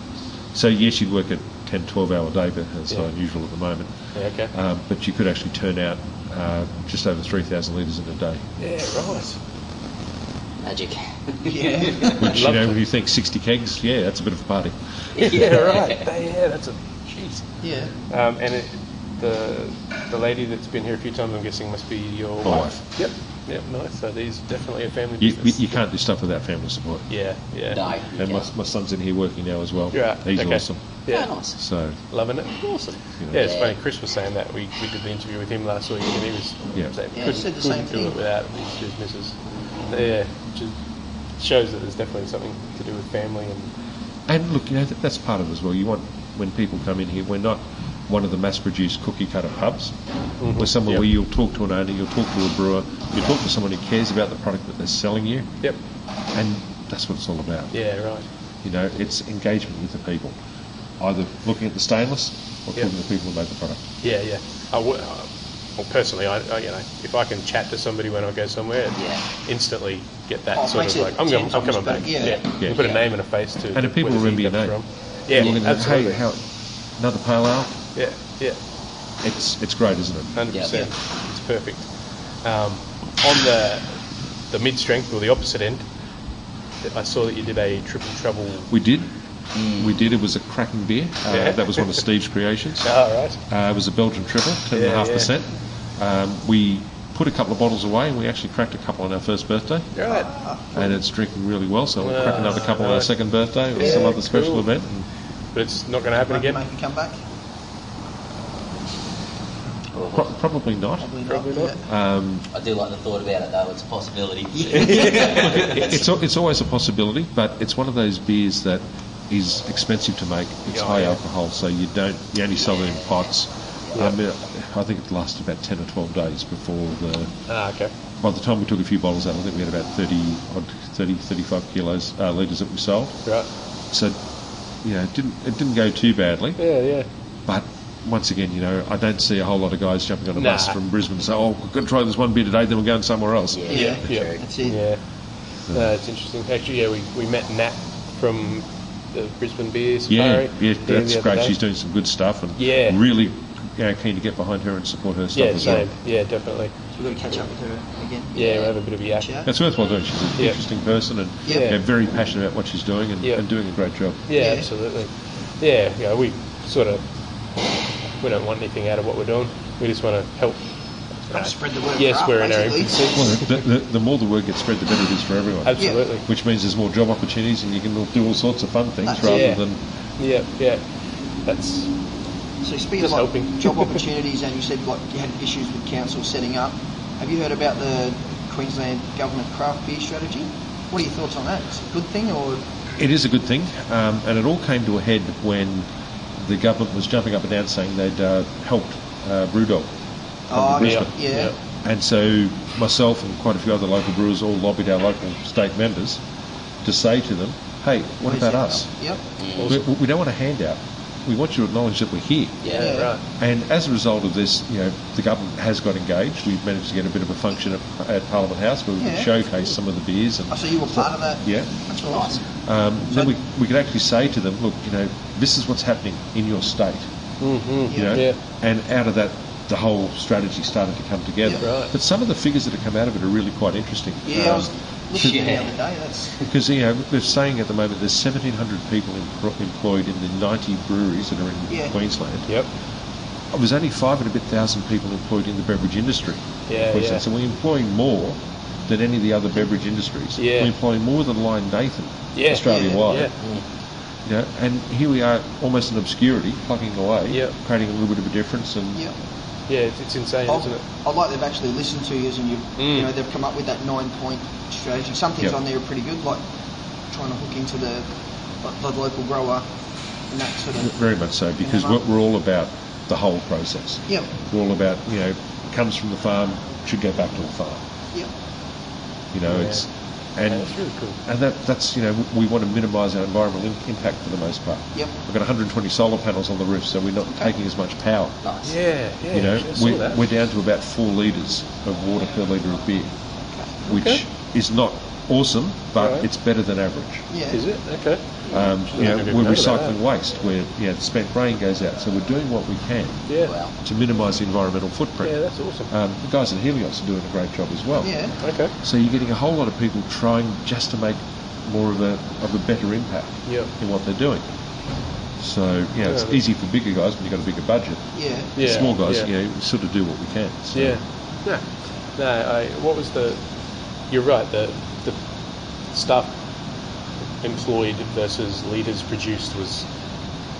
Speaker 3: So yes, you'd work a 10, 12-hour day, but that's
Speaker 2: Yeah.
Speaker 3: not unusual at the moment.
Speaker 2: Yeah, okay.
Speaker 3: Um, but you could actually turn out uh, just over 3,000 litres in a day,
Speaker 2: Yeah, right.
Speaker 4: Magic.
Speaker 2: [LAUGHS]
Speaker 3: which you
Speaker 2: Love
Speaker 3: know,
Speaker 2: to-
Speaker 3: when you think 60 kegs, yeah, that's a bit of a party.
Speaker 2: [LAUGHS] Yeah, right. Yeah, that's a. Jeez.
Speaker 1: Yeah.
Speaker 2: Um, and it, the the lady that's been here a few times, I'm guessing, must be your
Speaker 3: My
Speaker 2: wife. Yep. Yep. Nice. So these definitely a family
Speaker 3: You, you,
Speaker 2: business.
Speaker 3: you can't do stuff without family support.
Speaker 2: yeah. Yeah.
Speaker 4: No, you
Speaker 3: And my,
Speaker 4: can't.
Speaker 3: my son's in here working now as well.
Speaker 2: Right.
Speaker 3: He's
Speaker 2: okay.
Speaker 3: awesome.
Speaker 2: Yeah.
Speaker 4: Oh, nice.
Speaker 3: So
Speaker 2: Loving it. Awesome.
Speaker 3: You know.
Speaker 2: Yeah, it's
Speaker 4: Yeah.
Speaker 2: funny. Chris was saying that we, we did the interview with him last week, and he was
Speaker 3: Yeah.
Speaker 2: saying
Speaker 1: Yeah, he
Speaker 2: couldn't,
Speaker 1: said the
Speaker 2: couldn't
Speaker 1: same
Speaker 2: do it
Speaker 1: thing.
Speaker 2: without these businesses. Yeah, which is- shows that there's definitely something to do with family and
Speaker 3: And look, you know, th- that's part of it as well. You want, when people come in here, we're not one of the mass produced cookie cutter pubs. We're somewhere
Speaker 2: Yep.
Speaker 3: where you'll talk to an owner, you'll talk to a brewer, you'll talk to someone who cares about the product that they're selling you,
Speaker 2: yep.
Speaker 3: and that's what it's all about.
Speaker 2: Yeah, right.
Speaker 3: You know, it's engagement with the people, either looking at the stainless or
Speaker 2: Yep.
Speaker 3: talking to the people who make the product.
Speaker 2: Yeah, yeah. I w- uh, well, personally, I, I you know if I can chat to somebody when I go somewhere,
Speaker 4: Yeah.
Speaker 2: instantly get that
Speaker 1: Oh, it
Speaker 2: sort
Speaker 1: makes
Speaker 2: of
Speaker 1: it
Speaker 2: like I'm,
Speaker 1: ten
Speaker 2: going, I'm
Speaker 1: times
Speaker 2: coming back.
Speaker 1: better. Yeah.
Speaker 3: Yeah.
Speaker 2: You put a
Speaker 4: Yeah.
Speaker 2: name and a face to.
Speaker 3: And if people
Speaker 2: whether
Speaker 3: remember
Speaker 2: you
Speaker 3: your
Speaker 2: come
Speaker 3: name,
Speaker 2: from. Yeah,
Speaker 3: You're looking at,
Speaker 2: absolutely.
Speaker 3: Hey, how, another pale ale?
Speaker 2: Yeah, yeah.
Speaker 3: It's, it's great, isn't it?
Speaker 2: hundred
Speaker 4: Yeah.
Speaker 2: percent. It's perfect. Um, on the the mid strength or the opposite end, I saw that you did a triple trouble.
Speaker 3: We did. We did. It was a cracking beer. Uh,
Speaker 2: Mm. Yeah.
Speaker 3: That was one of Steve's
Speaker 2: [LAUGHS]
Speaker 3: creations.
Speaker 2: Ah, right.
Speaker 3: Uh, it was a Belgian triple, ten and a
Speaker 2: Yeah,
Speaker 3: half
Speaker 2: yeah.
Speaker 3: percent. Um, we put a couple of bottles away, and we actually cracked a couple on our first birthday,
Speaker 2: Right.
Speaker 3: and it's drinking really well. So we'll crack
Speaker 2: Ah,
Speaker 3: another couple on our
Speaker 2: nice.
Speaker 3: second birthday or some
Speaker 2: Yeah,
Speaker 3: other special
Speaker 2: cool.
Speaker 3: event.
Speaker 2: But it's not going to happen
Speaker 1: Make,
Speaker 2: again.
Speaker 1: make you come back?
Speaker 3: Pro- probably not.
Speaker 1: Probably not.
Speaker 2: Probably not.
Speaker 1: Yeah.
Speaker 3: Um,
Speaker 4: I do like the thought about it though. It's
Speaker 3: [LAUGHS]
Speaker 4: a possibility.
Speaker 3: it's al- it's always a possibility, but it's one of those beers that is expensive to make. It's
Speaker 2: Yeah,
Speaker 3: high
Speaker 2: yeah.
Speaker 3: alcohol, so you don't you only sell it in pots. I mean, I think it lasted about ten or twelve days before the
Speaker 2: Ah, okay.
Speaker 3: By the time we took a few bottles out, I think we had about 30, odd, 30 35 kilos, uh, litres that we sold.
Speaker 2: Right.
Speaker 3: So, you know, it didn't, it didn't go too badly.
Speaker 2: Yeah, yeah.
Speaker 3: But once again, you know, I don't see a whole lot of guys jumping on a
Speaker 2: Nah.
Speaker 3: bus from Brisbane and say, oh, we're going to try this one beer today, then we're going somewhere else.
Speaker 4: yeah,
Speaker 1: Yeah.
Speaker 2: Yeah.
Speaker 1: That's it.
Speaker 2: Yeah.
Speaker 3: Hmm.
Speaker 2: No, it's interesting. Actually, yeah, we, we met Nat from the Brisbane
Speaker 3: Yeah,
Speaker 2: Beer Safari.
Speaker 3: yeah,
Speaker 2: here the
Speaker 3: that's
Speaker 2: other
Speaker 3: great.
Speaker 2: day.
Speaker 3: She's doing some good stuff and
Speaker 2: Yeah.
Speaker 3: really you know, keen to get behind her and support her stuff
Speaker 2: Yeah,
Speaker 3: as
Speaker 2: same.
Speaker 3: well.
Speaker 2: Yeah, definitely.
Speaker 1: So we've got to catch up with her again.
Speaker 2: Yeah, we'll have a bit of a yak.
Speaker 1: Chat.
Speaker 3: That's worthwhile doing. She's an
Speaker 2: Yeah.
Speaker 3: interesting person and
Speaker 1: Yeah.
Speaker 3: you know, very passionate about what she's doing and,
Speaker 2: Yeah.
Speaker 3: and doing a great job.
Speaker 2: Yeah,
Speaker 1: Yeah.
Speaker 2: absolutely. Yeah, yeah, we sort of we don't want anything out of what we're doing. We just want to help
Speaker 1: Gotta spread the word.
Speaker 2: Yes,
Speaker 1: for
Speaker 2: we're
Speaker 1: art,
Speaker 2: in our
Speaker 1: basically.
Speaker 2: infancy.
Speaker 3: Well, the, the, the more the word gets spread, the better it is for everyone.
Speaker 2: Absolutely.
Speaker 3: Which means there's more job opportunities, and you can do all sorts of fun things
Speaker 1: That's-
Speaker 3: rather
Speaker 2: Yeah.
Speaker 3: than
Speaker 2: Yeah, yeah. That's
Speaker 1: So speaking of
Speaker 2: Just
Speaker 1: like
Speaker 2: helping.
Speaker 1: job opportunities, and you said like you had issues with council setting up. Have you heard about the Queensland government craft beer strategy? What are your thoughts on that? Is it a good thing or
Speaker 3: It is a good thing, um, and it all came to a head when the government was jumping up and down saying they'd uh, helped uh, Brewdog.
Speaker 1: oh,
Speaker 3: Under
Speaker 1: yeah,
Speaker 3: Brisbane.
Speaker 1: yeah.
Speaker 3: And so myself and quite a few other local brewers all lobbied our local state members to say to them, hey, what
Speaker 1: Where's
Speaker 3: about
Speaker 1: that?
Speaker 3: us?
Speaker 1: Yep.
Speaker 3: We, we don't want a handout. We want you to acknowledge that we're here.
Speaker 2: yeah, right.
Speaker 3: And as a result of this, you know, the government has got engaged. We've managed to get a bit of a function at, at Parliament House where we
Speaker 1: Yeah.
Speaker 3: can showcase some of the beers.
Speaker 1: Oh,
Speaker 3: And,
Speaker 1: so you were part of that?
Speaker 3: yeah.
Speaker 1: That's nice.
Speaker 3: Um,
Speaker 1: So-
Speaker 3: then we, we could actually say to them, look, you know, this is what's happening in your state.
Speaker 2: Mm-hmm.
Speaker 3: Hmm. You know,
Speaker 2: Yeah.
Speaker 3: and out of that, the whole strategy started to come together.
Speaker 2: Yeah. Right.
Speaker 3: But some of the figures that have come out of it are really quite interesting.
Speaker 1: Yeah, I was looking at it Yeah. the other day. That's
Speaker 3: because you know they're saying at the moment there's 1,700 people empro- employed in the 90 breweries that are in
Speaker 1: Yeah.
Speaker 3: Queensland.
Speaker 2: Yep.
Speaker 3: There's only five and a bit thousand people employed in the beverage industry. in
Speaker 2: Yeah,
Speaker 3: Queensland.
Speaker 2: yeah.
Speaker 3: So we're employing more than any of the other beverage industries.
Speaker 2: Yeah.
Speaker 3: We're employing more than Lion Nathan,
Speaker 2: Yeah.
Speaker 3: Australia wide.
Speaker 2: Yeah.
Speaker 3: You know, and here we are, almost in obscurity, plugging away,
Speaker 2: Yeah.
Speaker 3: creating a little bit of a difference. And [LAUGHS]
Speaker 1: yeah.
Speaker 2: Yeah, it's, it's insane, isn't it?
Speaker 1: I like they've actually listened to you and you've,
Speaker 2: Mm.
Speaker 1: you know, they've come up with that nine point strategy. Some things
Speaker 3: Hmm.
Speaker 1: on
Speaker 3: Yep.
Speaker 1: there are pretty good, like trying to hook into the, like, the local grower and that sort of.
Speaker 3: very much so, because
Speaker 1: Yeah.
Speaker 3: what we're all about the whole process.
Speaker 1: Yep,
Speaker 3: We're all about you know comes from the farm, should go back to the farm.
Speaker 1: yep.
Speaker 3: You know,
Speaker 2: Yeah.
Speaker 3: it's
Speaker 2: Yeah,
Speaker 3: and
Speaker 2: it's really cool.
Speaker 3: and that that's you know we want to minimise our environmental im- impact for the most part.
Speaker 1: Yep.
Speaker 3: We've got 120 solar panels on the roof, so we're not taking as much power.
Speaker 1: Nice.
Speaker 2: Yeah, yeah.
Speaker 3: you know,
Speaker 2: I saw
Speaker 3: we're,
Speaker 2: that.
Speaker 3: we're down to about four litres of water per litre of beer, which
Speaker 2: Okay.
Speaker 3: is not awesome, but
Speaker 2: Right.
Speaker 3: it's better than average.
Speaker 1: Yeah.
Speaker 2: Is it? Okay.
Speaker 3: Um, you know,
Speaker 2: I didn't
Speaker 3: we're
Speaker 2: know about
Speaker 3: recycling waste. We're you know, spent rain goes out, so we're doing what we can
Speaker 2: Yeah.
Speaker 1: Wow.
Speaker 3: to minimise the environmental
Speaker 2: Yeah,
Speaker 3: footprint.
Speaker 2: that's awesome.
Speaker 3: Um, the guys at Helios are doing a great job as well.
Speaker 1: Yeah.
Speaker 2: Okay.
Speaker 3: So you're getting a whole lot of people trying just to make more of a of a better impact
Speaker 2: Yep.
Speaker 3: in what they're doing. So you know, it's
Speaker 2: Yeah.
Speaker 3: easy for bigger guys when you've got a bigger budget.
Speaker 1: Yeah.
Speaker 2: Yeah.
Speaker 3: Small guys,
Speaker 2: Yeah.
Speaker 3: you know, we sort of do what we can. So.
Speaker 2: Yeah. No. No, I, what was the. You're right, the, the stuff employed versus leaders produced was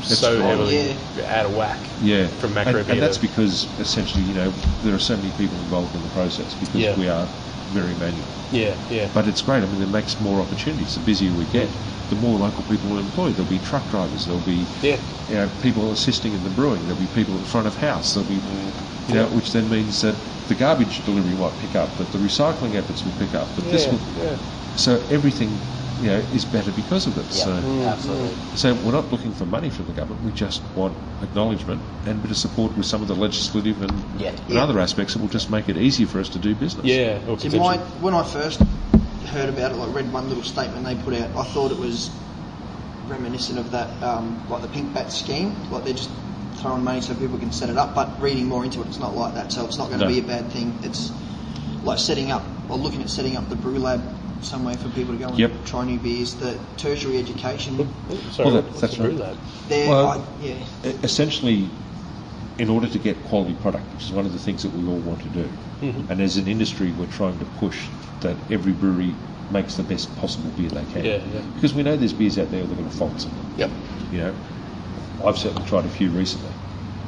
Speaker 3: It's
Speaker 2: so
Speaker 3: wrong.
Speaker 2: heavily out of whack.
Speaker 3: Yeah,
Speaker 2: From macro
Speaker 3: and,
Speaker 2: beer.
Speaker 3: and that's because essentially, you know, there are so many people involved in the process because
Speaker 2: Yeah.
Speaker 3: we are very manual.
Speaker 2: Yeah, yeah.
Speaker 3: But it's great. I mean, it makes more opportunities. The busier we get, the more local people we'll employ. There'll be truck drivers. There'll be
Speaker 2: Yeah.
Speaker 3: you know, people assisting in the brewing. There'll be people in front of house. There'll be, you know, which then means that the garbage delivery might pick up, that the recycling efforts will pick up, that this
Speaker 2: Yeah,
Speaker 3: will.
Speaker 2: yeah.
Speaker 3: So everything, you know, is better because of it.
Speaker 1: Yeah,
Speaker 3: So,
Speaker 1: absolutely.
Speaker 3: so we're not looking for money from the government. We just want acknowledgement and a bit of support with some of the legislative and,
Speaker 1: Yeah.
Speaker 3: and
Speaker 1: Yeah.
Speaker 3: other aspects that will just make it easier for us to do business.
Speaker 2: Yeah. Or
Speaker 1: See, my,
Speaker 2: potentially-
Speaker 1: when I first heard about it, like read one little statement they put out, I thought it was reminiscent of that, um, like the pink bat scheme. Like they're just throwing money so people can set it up. But reading more into it, it's not like that. So it's not going to
Speaker 3: No.
Speaker 1: be a bad thing. It's like setting up or looking at setting up the brew lab somewhere for people to go and
Speaker 3: Yep.
Speaker 1: try new beers. The tertiary education,
Speaker 2: Oh, Sorry,
Speaker 3: Well, that-
Speaker 2: what's
Speaker 3: that's
Speaker 2: the brew
Speaker 3: right.
Speaker 2: lab?
Speaker 1: there,
Speaker 3: Well-
Speaker 1: I, yeah,
Speaker 3: E, essentially, in order to get quality product, which is one of the things that we all want to do,
Speaker 2: Mm-hmm.
Speaker 3: and as an industry, we're trying to push that every brewery makes the best possible beer they can.
Speaker 2: Yeah, yeah.
Speaker 3: Because we know there's beers out there that are going to fault something.
Speaker 2: Yep.
Speaker 3: You know, I've certainly tried a few recently.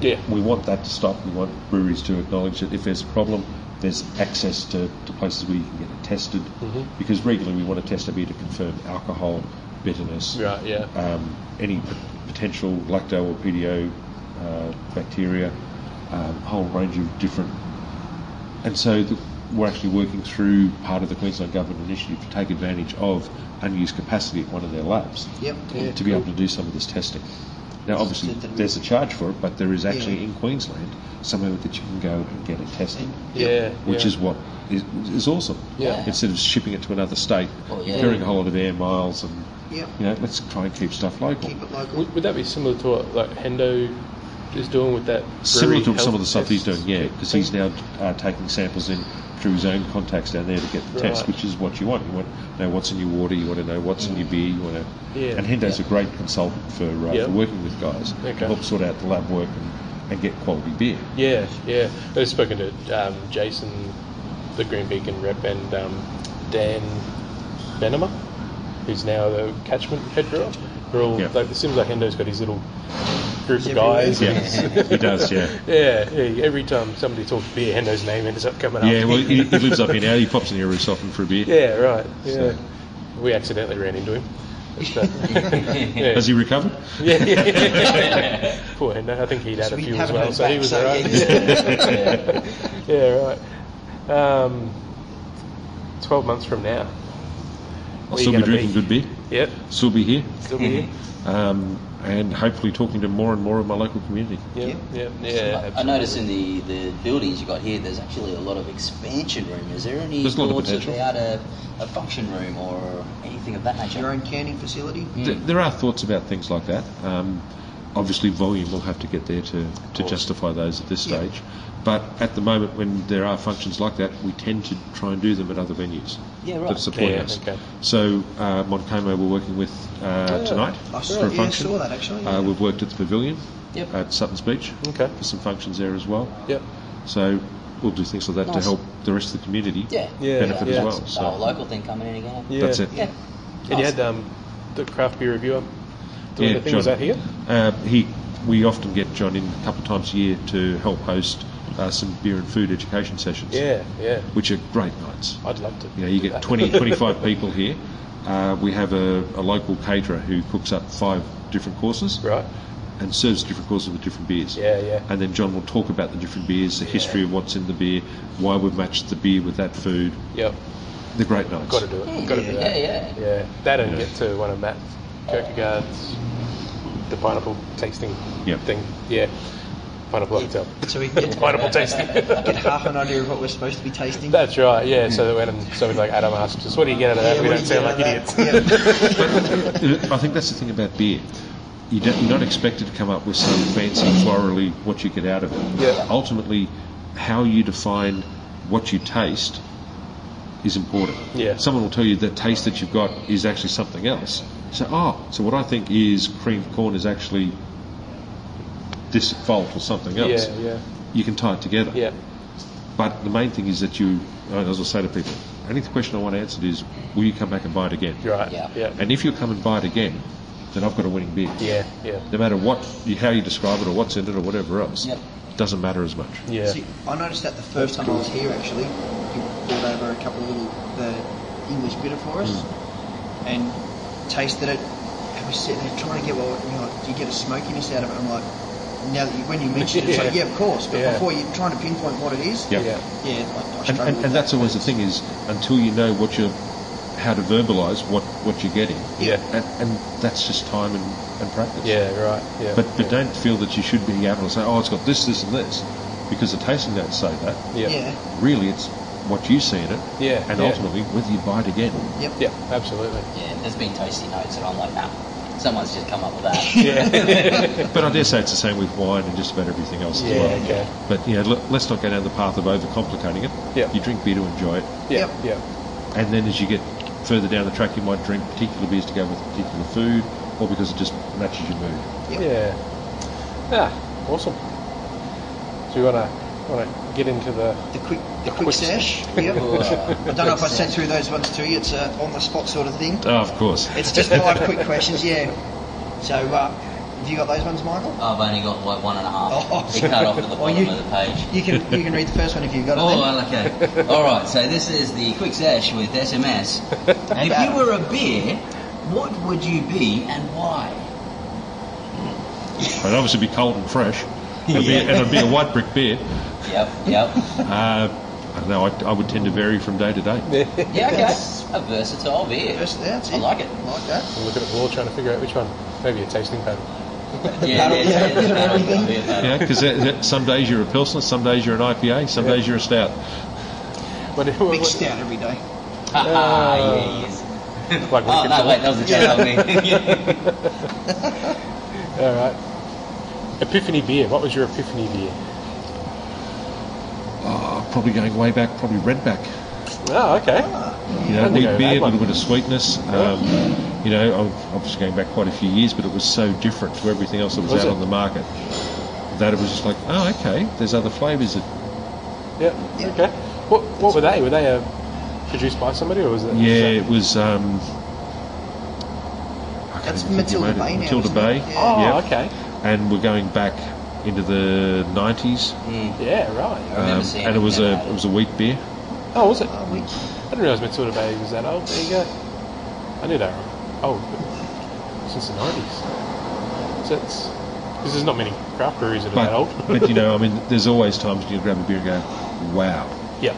Speaker 2: Yeah.
Speaker 3: We want that to stop. We want breweries to acknowledge that if there's a problem, there's access to, to places where you can get it tested.
Speaker 2: Mm-hmm.
Speaker 3: Because regularly we want to test a beer to confirm alcohol, bitterness,
Speaker 2: Right, yeah.
Speaker 3: um, any p- potential lacto or PDO uh, bacteria, um, a whole range of different. And so the, we're actually working through part of the Queensland Government initiative to take advantage of unused capacity at one of their labs
Speaker 1: yep,
Speaker 2: Yeah,
Speaker 3: to be able to do some of this testing. Now, obviously,
Speaker 1: Said that we-
Speaker 3: there's a charge for it, but there is actually
Speaker 1: Yeah.
Speaker 3: in Queensland somewhere that you can go and get it tested,
Speaker 2: Yeah.
Speaker 3: which
Speaker 2: yeah.
Speaker 3: is what is, is awesome.
Speaker 2: Yeah.
Speaker 3: Instead of shipping it to another state,
Speaker 1: Oh, yeah.
Speaker 3: incurring a whole lot of air miles, and
Speaker 1: yep.
Speaker 3: you know, let's try and keep stuff local.
Speaker 1: Keep it local.
Speaker 2: Would, would that be similar to what like Hendo is doing with that?
Speaker 3: Similar
Speaker 2: brewery
Speaker 3: to some
Speaker 2: health
Speaker 3: of the stuff he's doing,
Speaker 2: test
Speaker 3: yeah,
Speaker 2: kit
Speaker 3: because
Speaker 2: thing?
Speaker 3: he's now uh, taking samples in through his own contacts down there to get the test,
Speaker 2: Right.
Speaker 3: which is what you want. You want to know what's in your water, you want to know what's in your beer, you want to.
Speaker 2: Yeah.
Speaker 3: And Hendo's a great consultant for, uh,
Speaker 2: Yeah.
Speaker 3: for working with guys
Speaker 2: Okay.
Speaker 3: to help sort out the lab work and and get quality beer.
Speaker 2: Yeah, yeah. I've spoken to um, Jason, the Green Beacon rep, and um, Dan Benema, who's now the catchment head brewer. We're all
Speaker 3: Yeah.
Speaker 2: like, it seems like Hendo's got his little group of
Speaker 1: Everywhere.
Speaker 2: guys.
Speaker 3: Yeah, [LAUGHS] he does.
Speaker 2: [LAUGHS]
Speaker 3: Yeah,
Speaker 2: Yeah, yeah, every time somebody talks beer, Hendo's name ends up coming up.
Speaker 3: yeah. Well, he, he lives up here now. He pops in here every so often for a beer.
Speaker 2: Yeah, right. Yeah.
Speaker 3: So-
Speaker 2: We accidentally ran into him.
Speaker 1: [LAUGHS]
Speaker 2: But, uh, yeah.
Speaker 3: Has he recovered?
Speaker 2: [LAUGHS] Yeah, yeah. [LAUGHS] Poor Hendo. I think he'd had
Speaker 1: So
Speaker 2: a
Speaker 1: we
Speaker 2: few as
Speaker 1: haven't
Speaker 2: well,
Speaker 1: heard
Speaker 2: so he
Speaker 1: back,
Speaker 2: was
Speaker 1: so
Speaker 2: alright. [LAUGHS] yeah, right. Um, Twelve months from now.
Speaker 3: I'll
Speaker 2: Where you
Speaker 3: still be
Speaker 2: gonna
Speaker 3: drinking
Speaker 2: be?
Speaker 3: good beer.
Speaker 2: Yep.
Speaker 3: Still be here,
Speaker 2: Still be here.
Speaker 3: um, and hopefully talking to more and more of my local community.
Speaker 2: Yep. Yep. Yeah.
Speaker 4: I
Speaker 2: absolutely.
Speaker 4: notice in the, the buildings you got here, there's actually a lot of expansion room. Is there any
Speaker 3: There's a lot of
Speaker 4: thoughts
Speaker 3: potential.
Speaker 4: about a, a function room or anything of that nature?
Speaker 1: Your own canning facility.
Speaker 3: Th- there are thoughts about things like that. Um, obviously, volume will have to get there to, to justify those at this
Speaker 1: Yeah.
Speaker 3: stage. But at the moment, when there are functions like that, we tend to try and do them at other venues
Speaker 4: Yeah, right.
Speaker 3: that support
Speaker 2: Yeah,
Speaker 3: us.
Speaker 2: okay.
Speaker 3: So, uh, Montcomo we're working with uh, tonight
Speaker 1: I saw,
Speaker 3: for a
Speaker 1: yeah,
Speaker 3: function.
Speaker 1: saw that actually.
Speaker 3: Uh, we've worked at the Pavilion
Speaker 4: Yep.
Speaker 3: at Sutton's Beach
Speaker 2: Okay.
Speaker 3: for some functions there as well.
Speaker 2: Yep.
Speaker 3: So, we'll do things like that
Speaker 4: Nice.
Speaker 3: to help the rest of the community
Speaker 4: Yeah.
Speaker 2: Yeah,
Speaker 3: benefit
Speaker 2: yeah.
Speaker 3: as well.
Speaker 4: The
Speaker 3: So,
Speaker 4: whole local thing coming in again.
Speaker 2: Yeah.
Speaker 3: that's it.
Speaker 4: Yeah.
Speaker 2: And you
Speaker 4: Nice.
Speaker 2: had um, the craft beer reviewer doing
Speaker 3: Yeah,
Speaker 2: the thing.
Speaker 3: John.
Speaker 2: Was that here?
Speaker 3: Uh, he, we often get John in a couple of times a year to help host uh, some beer and food education sessions,
Speaker 2: Yeah. Yeah.
Speaker 3: which are great nights.
Speaker 2: I'd love to.
Speaker 3: You know, you get 20,
Speaker 2: [LAUGHS]
Speaker 3: 25 people here. Uh, we have a, a local caterer who cooks up five different courses
Speaker 2: Right.
Speaker 3: and serves different courses with different beers.
Speaker 2: Yeah. Yeah.
Speaker 3: And then John will talk about the different beers, the history of what's in the beer, why we've matched the beer with that food.
Speaker 2: Yep.
Speaker 3: The great nights.
Speaker 2: Got to do it. Got to do
Speaker 4: yeah,
Speaker 2: that.
Speaker 4: yeah.
Speaker 2: Yeah, that and get to one of Matt Kierkegaard's the pineapple tasting
Speaker 3: Yep.
Speaker 2: thing. Yeah, pineapple cocktail.
Speaker 1: so we can get,
Speaker 4: [LAUGHS]
Speaker 1: uh,
Speaker 2: Pineapple tasting.
Speaker 1: get half an idea of what we're supposed to be tasting.
Speaker 2: That's right. Yeah. So that when somebody like Adam asks us, "What do you get out of that?"
Speaker 1: Yeah,
Speaker 2: we
Speaker 1: what
Speaker 2: don't
Speaker 1: do you
Speaker 2: sound like
Speaker 1: get out
Speaker 2: idiots.
Speaker 1: of that? Yeah.
Speaker 3: I think that's the thing about beer. You don't, you're not expected to come up with some fancy florally what you get out of it.
Speaker 2: Yeah.
Speaker 3: Ultimately, how you define what you taste is important.
Speaker 2: Yeah.
Speaker 3: Someone will tell you the taste that you've got is actually something else. So, oh, so what I think is cream corn is actually this fault or something
Speaker 2: Yeah,
Speaker 3: else.
Speaker 2: yeah,
Speaker 3: You can tie it together.
Speaker 2: yeah,
Speaker 3: But the main thing is that you, and as I say to people, only the question I want answered is, will you come back and buy it again?
Speaker 2: You're right.
Speaker 4: Yeah.
Speaker 2: yeah,
Speaker 3: And if you come and buy it again, then I've got a winning bid.
Speaker 2: yeah, yeah,
Speaker 3: No matter what, you, how you describe it or what's in it or whatever else,
Speaker 4: Yep.
Speaker 3: doesn't matter as much.
Speaker 2: yeah.
Speaker 1: See, I noticed that the first time I was here, actually, you brought over a couple of little the English bitter for us
Speaker 2: Hmm.
Speaker 1: and tasted it. And we sit there trying to get well. You know, do you get a smokiness out of it? I'm like, now that you, when you mention it, it's like,
Speaker 2: [LAUGHS] Yeah.
Speaker 1: yeah, of course. But
Speaker 2: Yeah.
Speaker 1: before you're trying to pinpoint what it is,
Speaker 3: Yeah.
Speaker 2: Yeah.
Speaker 1: yeah, I, I
Speaker 3: And,
Speaker 1: struggle with
Speaker 3: and, and
Speaker 1: that.
Speaker 3: that's always the thing is until you know what you how to verbalise what, what you're getting,
Speaker 2: Yeah.
Speaker 3: and, and that's just time and, and practice.
Speaker 2: Yeah, right. Yeah.
Speaker 3: But but
Speaker 2: yeah.
Speaker 3: don't feel that you should be able to say, oh, it's got this, this, and this, because the tasting notes say that.
Speaker 2: Yeah. Yeah.
Speaker 1: yeah,
Speaker 3: Really, it's what you see in it,
Speaker 2: Yeah,
Speaker 3: and
Speaker 2: yeah.
Speaker 3: ultimately whether you buy it again.
Speaker 1: yep.
Speaker 2: Absolutely.
Speaker 4: Yeah, there's been tasty notes, and I'm like, nah, someone's just come up with that.
Speaker 2: Yeah.
Speaker 3: But I dare say it's the same with wine and just about everything else as
Speaker 2: Yeah,
Speaker 3: well.
Speaker 2: okay.
Speaker 3: But you know, let- let's not go down the path of overcomplicating it.
Speaker 2: Yeah.
Speaker 3: You drink beer to enjoy it,
Speaker 2: Yeah.
Speaker 1: Yep.
Speaker 2: Yeah.
Speaker 3: and then as you get further down the track, you might drink particular beers to go with particular food, or because it just matches your mood.
Speaker 1: Yep.
Speaker 2: Yeah. Ah, awesome. So you wanna wanna get into the
Speaker 1: The quick, the
Speaker 2: Quick
Speaker 1: quick sash.
Speaker 4: [LAUGHS]
Speaker 1: Yep.
Speaker 4: uh,
Speaker 1: I don't know if I sent through those ones to you. It's a on the spot sort of thing.
Speaker 3: Oh, of course.
Speaker 1: It's just five quick questions. Yeah. So, uh, have you got those ones, Michael?
Speaker 4: I've only got like one and a half.
Speaker 1: Oh.
Speaker 4: It cut off at the
Speaker 1: Oh,
Speaker 4: bottom
Speaker 1: you-
Speaker 4: of the page.
Speaker 1: You can you can read the first one if you've got it.
Speaker 4: Oh,
Speaker 1: then.
Speaker 4: well, okay. All right. So this is the quick sash with SMS. And if you were a beer, what would you be and why?
Speaker 3: I'd obviously be cold and [LAUGHS] fresh, and, be, and I'd be a white brick beer.
Speaker 4: Yep. Yep.
Speaker 3: Uh, I don't know. I, I would tend to vary from day to day.
Speaker 4: [LAUGHS] Yeah. Okay.
Speaker 1: That's-
Speaker 4: A versatile beer.
Speaker 1: That's, that's it.
Speaker 4: I like it.
Speaker 1: Like that.
Speaker 2: I'm looking at the wall trying to figure out which one. Maybe a tasting panel.
Speaker 4: Yeah.
Speaker 1: battle- [LAUGHS] yeah, a bit of everything.
Speaker 4: [LAUGHS]
Speaker 3: Yeah, because some days you're a pilsner, some days you're an IPA, some days you're a stout.
Speaker 2: What, what,
Speaker 1: Big
Speaker 2: what-
Speaker 1: stout every day.
Speaker 4: Ah, yes.
Speaker 2: Like
Speaker 4: Oh
Speaker 2: Lincoln
Speaker 4: no!
Speaker 2: Log.
Speaker 4: Wait, that was a joke on me.
Speaker 2: All right. Epiphany beer. What was your epiphany beer?
Speaker 3: Oh, probably going way back, probably redback.
Speaker 2: Oh, okay.
Speaker 3: You know,
Speaker 2: I think I
Speaker 3: wheat
Speaker 2: had
Speaker 3: beer, a
Speaker 2: one.
Speaker 3: little bit of sweetness. Um, you know, I'm obviously going back quite a few years, but it was so different to everything else that was,
Speaker 2: Was
Speaker 3: out
Speaker 2: it?
Speaker 3: on the market. that it was just like, oh, okay, there's other flavours that
Speaker 2: Yeah. Okay. What, what were they? Were they uh, produced by somebody or was it?
Speaker 3: Yeah, it was. Um, I can't
Speaker 4: That's
Speaker 3: even think who
Speaker 4: Matilda
Speaker 3: made it.
Speaker 4: Bay now,
Speaker 3: Matilda
Speaker 4: isn't it?
Speaker 3: Bay.
Speaker 4: Yeah.
Speaker 2: Oh,
Speaker 3: yeah.
Speaker 2: okay.
Speaker 3: And we're going back into the 90s.
Speaker 2: Yeah, right.
Speaker 5: I remember
Speaker 3: um,
Speaker 5: seeing
Speaker 3: and it was
Speaker 5: yeah.
Speaker 3: a it was a wheat beer.
Speaker 2: Oh, was it?
Speaker 4: Oh, we,
Speaker 2: I didn't realise Matilda Bay was that old. There you go. I knew they were old, but since the 90s. So it's. Because there's not many craft breweries that are that
Speaker 3: But, [LAUGHS]
Speaker 2: old. [LAUGHS]
Speaker 3: but you know, I mean, there's always times when you grab a beer and go, wow.
Speaker 2: Yeah.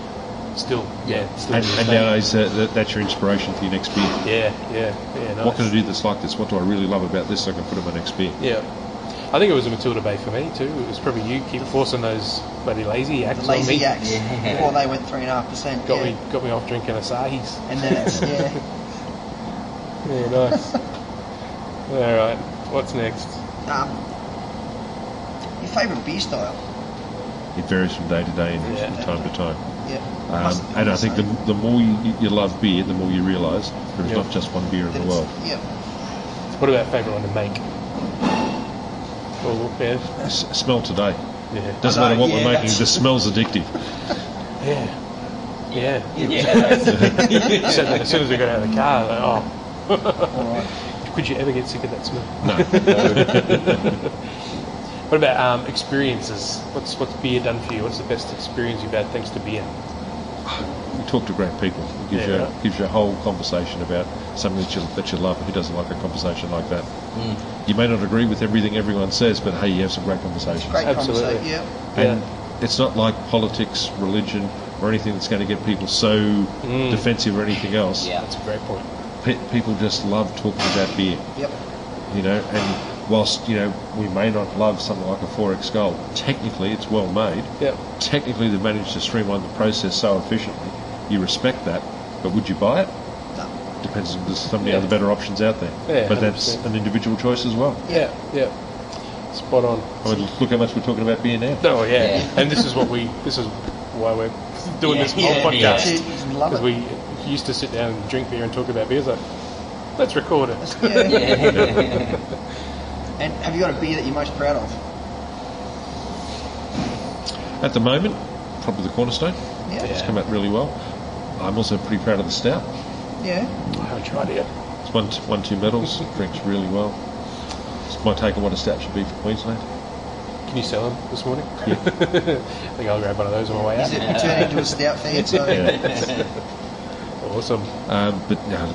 Speaker 2: Still. Yeah. Still.
Speaker 3: And,
Speaker 2: the
Speaker 3: and
Speaker 2: same.
Speaker 3: nowadays uh, that, that's your inspiration for your next beer.
Speaker 2: Yeah. Yeah. Yeah. Nice.
Speaker 3: What can I do that's like this? What do I really love about this? I can put in my next beer.
Speaker 2: Yeah. I think it was a Matilda Bay for me too. It was probably you keep forcing those bloody lazy acts on
Speaker 4: lazy
Speaker 2: me.
Speaker 4: yaks.
Speaker 5: Yeah.
Speaker 4: Before they went three and a half percent.
Speaker 2: Got
Speaker 4: yeah.
Speaker 2: me got me off drinking Asahi's.
Speaker 4: And then it's yeah.
Speaker 2: Yeah, nice. All right. What's next?
Speaker 4: Um, your favourite beer style?
Speaker 3: It varies from day to day and
Speaker 2: Yeah.
Speaker 3: from time to time.
Speaker 4: Yeah.
Speaker 3: Um,
Speaker 4: Must-
Speaker 3: and I
Speaker 4: must
Speaker 3: think the,
Speaker 4: say.
Speaker 3: the more you, you love beer, the more you realise there's
Speaker 2: Yeah.
Speaker 3: not just one beer in the
Speaker 4: That
Speaker 3: world.
Speaker 4: it's- Yeah.
Speaker 2: What about favourite one to make? Oh, yeah.
Speaker 3: S- smell today.
Speaker 2: Yeah.
Speaker 3: Doesn't
Speaker 4: I know,
Speaker 3: matter what
Speaker 4: yeah,
Speaker 3: we're making,
Speaker 4: that's- [LAUGHS]
Speaker 3: the smell's addictive.
Speaker 2: Yeah. Yeah.
Speaker 5: Yeah.
Speaker 2: As soon- as soon as we got out of the car, like, oh. [LAUGHS] Could you ever get sick of that smell? [LAUGHS]
Speaker 3: No.
Speaker 2: What about um, experiences? What's what's beer done for you? What's the best experience you've had thanks to beer?
Speaker 3: You talk to great people. It gives,
Speaker 2: Yeah,
Speaker 3: you,
Speaker 2: right.
Speaker 3: gives you a whole conversation about something that you, that you love. Who doesn't like a conversation like that?
Speaker 4: Mm.
Speaker 3: You may not agree with everything everyone says, but hey, you have some great conversations.
Speaker 4: Great
Speaker 2: Absolutely.
Speaker 4: conversation. Yeah.
Speaker 3: And it's not like politics, religion, or anything that's going to get people so defensive or anything else.
Speaker 5: Yeah.
Speaker 2: That's a great point.
Speaker 3: Pe- people just love talking about beer,
Speaker 4: Yep.
Speaker 3: you know. And whilst, you know, we may not love something like a 4X Gold, technically it's well made.
Speaker 2: Yep.
Speaker 3: Technically they've managed to streamline the process so efficiently. You respect that, but would you buy it?
Speaker 4: No.
Speaker 3: depends on there's so many
Speaker 2: Yeah.
Speaker 3: other better options out there.
Speaker 2: Yeah,
Speaker 3: but that's
Speaker 2: 100%.
Speaker 3: an individual choice as well.
Speaker 2: Yeah. Yeah. Spot on.
Speaker 3: I mean, look how much we're talking about beer now.
Speaker 2: Oh yeah.
Speaker 5: Yeah.
Speaker 2: And this is what we. This is why we're doing
Speaker 5: Yeah,
Speaker 2: this whole
Speaker 5: yeah, yeah.
Speaker 2: podcast.
Speaker 4: That's it. You Love
Speaker 2: Because
Speaker 4: it.
Speaker 2: we used to sit down and drink beer and talk about beer. It's like, let's record it.
Speaker 4: yeah.
Speaker 5: yeah.
Speaker 4: [LAUGHS] And have you got a beer that you're most proud of?
Speaker 3: At the moment, probably the Cornerstone.
Speaker 4: Yeah.
Speaker 3: It's
Speaker 2: Yeah.
Speaker 3: come out really well. I'm also pretty proud of the stout.
Speaker 4: Yeah.
Speaker 2: I haven't tried it yet.
Speaker 3: It's won, t- won two [LAUGHS] medals, drinks really well. It's my take on what a stout should be for Queensland.
Speaker 2: Can you sell them this morning? [LAUGHS] I think I'll grab one of those on my way
Speaker 4: Is
Speaker 2: out.
Speaker 4: it turned into a stout fan? So
Speaker 3: Yeah.
Speaker 2: Awesome.
Speaker 3: um, but no,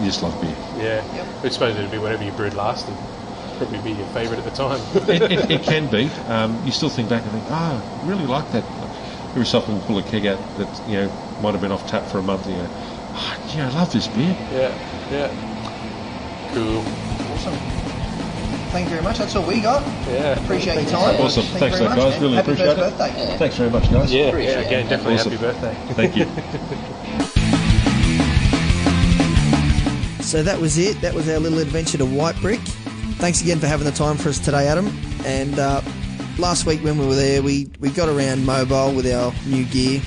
Speaker 3: you just love beer.
Speaker 2: Yeah.
Speaker 4: Yep.
Speaker 2: I suppose it'd be whatever you brewed last and probably be your favourite at the time. [LAUGHS]
Speaker 3: it, it, it can be. Um, you still think back and think, ah, I really like that. Every so often we'll pull a keg out that you know might have been off tap for a month. And you go, oh, yeah, I love this beer.
Speaker 2: yeah. Yeah. Cool.
Speaker 4: awesome. Thank you very much. That's all we got.
Speaker 2: Yeah.
Speaker 4: Appreciate your time.
Speaker 3: Awesome.
Speaker 4: Thank
Speaker 3: Thanks,
Speaker 4: you very
Speaker 3: mate,
Speaker 4: much,
Speaker 3: guys.
Speaker 4: man.
Speaker 3: Really
Speaker 4: Happy
Speaker 3: appreciate
Speaker 4: first
Speaker 3: it.
Speaker 4: birthday.
Speaker 3: Thanks very much, guys.
Speaker 2: Yeah. Yeah.
Speaker 5: Appreciate
Speaker 2: Again,
Speaker 5: it.
Speaker 2: definitely
Speaker 3: Awesome.
Speaker 2: happy birthday.
Speaker 3: Thank you.
Speaker 1: So that was it. That was our little adventure to White Brick. Thanks again for having the time for us today, Adam. And uh, last week when we were there, we, we got around mobile with our new gear,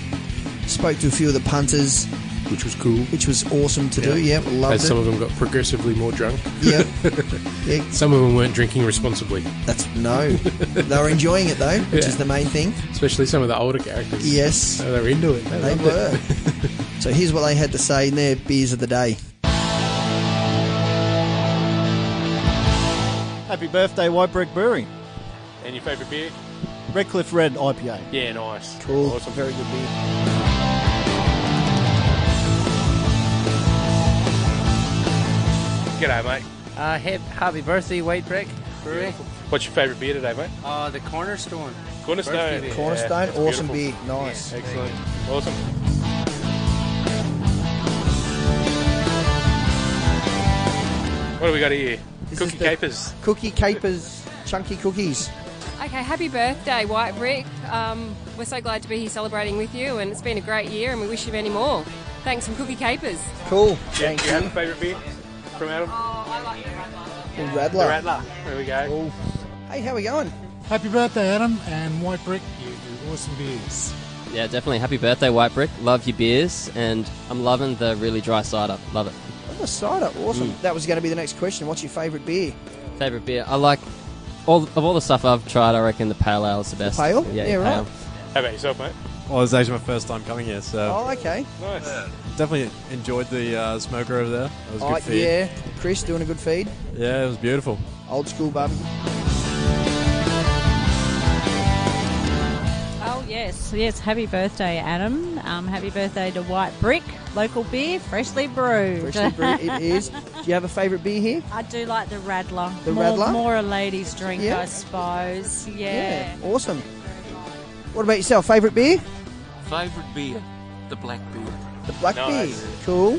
Speaker 1: spoke to a few of the punters,
Speaker 6: which was cool.
Speaker 1: which was awesome to do. Yeah,
Speaker 2: Yeah.
Speaker 1: loved
Speaker 6: As some
Speaker 1: it.
Speaker 6: of them got progressively more drunk.
Speaker 1: Yeah. yeah,
Speaker 6: Some of them weren't drinking responsibly,
Speaker 1: that's no. they were enjoying it though, which
Speaker 6: Yeah.
Speaker 1: is the main thing.
Speaker 6: especially some of the older characters.
Speaker 1: Yes,
Speaker 6: So they were into it. They,
Speaker 1: they
Speaker 6: loved it.
Speaker 1: were. so here's what they had to say in their beers of the day.
Speaker 7: Happy birthday, White Brick Brewing.
Speaker 2: And your favourite beer?
Speaker 7: Redcliffe Red IPA.
Speaker 2: Yeah, nice.
Speaker 1: Cool.
Speaker 2: Awesome. Very good beer. G'day, mate.
Speaker 8: Uh, hip, happy birthday, White Brick Brewery.
Speaker 2: What's your favourite beer today, mate?
Speaker 8: Uh, the Cornerstone.
Speaker 2: Cornerstone.
Speaker 8: Birthday beer.
Speaker 1: Cornerstone,
Speaker 2: that's
Speaker 1: awesome
Speaker 2: beautiful.
Speaker 1: beer, nice.
Speaker 2: Excellent. Awesome. What do we got here?
Speaker 1: This is
Speaker 2: Cookie
Speaker 1: the-
Speaker 2: capers.
Speaker 1: Cookie capers, chunky cookies.
Speaker 9: Okay, happy birthday, White Brick. Um, we're so glad to be here celebrating with you, and it's been a great year, and we wish you many more. Thanks from Cookie Capers.
Speaker 1: Cool.
Speaker 2: Yeah, do you have a favourite beer from Adam?
Speaker 9: Oh, I like your
Speaker 2: The
Speaker 1: Radler.
Speaker 2: Rattler. There we go.
Speaker 1: Hey, how we going?
Speaker 10: Happy birthday, Adam, and White Brick. You do awesome beers.
Speaker 11: Yeah, definitely. Happy birthday, White Brick. Love your beers, and I'm loving the really dry cider. Love it.
Speaker 1: Oh, cider, awesome. That was going to be the next question. What's your favourite beer?
Speaker 11: Favorite beer? I like all of all the stuff I've tried, I reckon the pale ale's the best.
Speaker 1: pale? Yeah, right.
Speaker 2: How about yourself, mate?
Speaker 12: Well, it was Oh, actually my first time coming here, so
Speaker 1: Oh, okay.
Speaker 2: Nice.
Speaker 7: Oh.
Speaker 12: definitely enjoyed the uh, smoker over there. It was a
Speaker 1: Oh,
Speaker 12: good feed.
Speaker 1: yeah, Chris doing a good feed.
Speaker 12: Yeah, it was beautiful.
Speaker 1: Old school barbecue.
Speaker 13: Oh, yes, yes. Happy birthday, Adam. Um, happy birthday to White Brick, local beer, freshly brewed.
Speaker 1: Freshly brewed it is. Do you have a favourite beer here?
Speaker 13: I do like the Radler.
Speaker 1: The
Speaker 13: more,
Speaker 1: Radler?
Speaker 13: More a ladies' drink,
Speaker 1: Yeah.
Speaker 13: I suppose. Yeah.
Speaker 1: Awesome. What about yourself? Favourite beer?
Speaker 14: Favourite beer? The black beer.
Speaker 1: The black beer. Cool.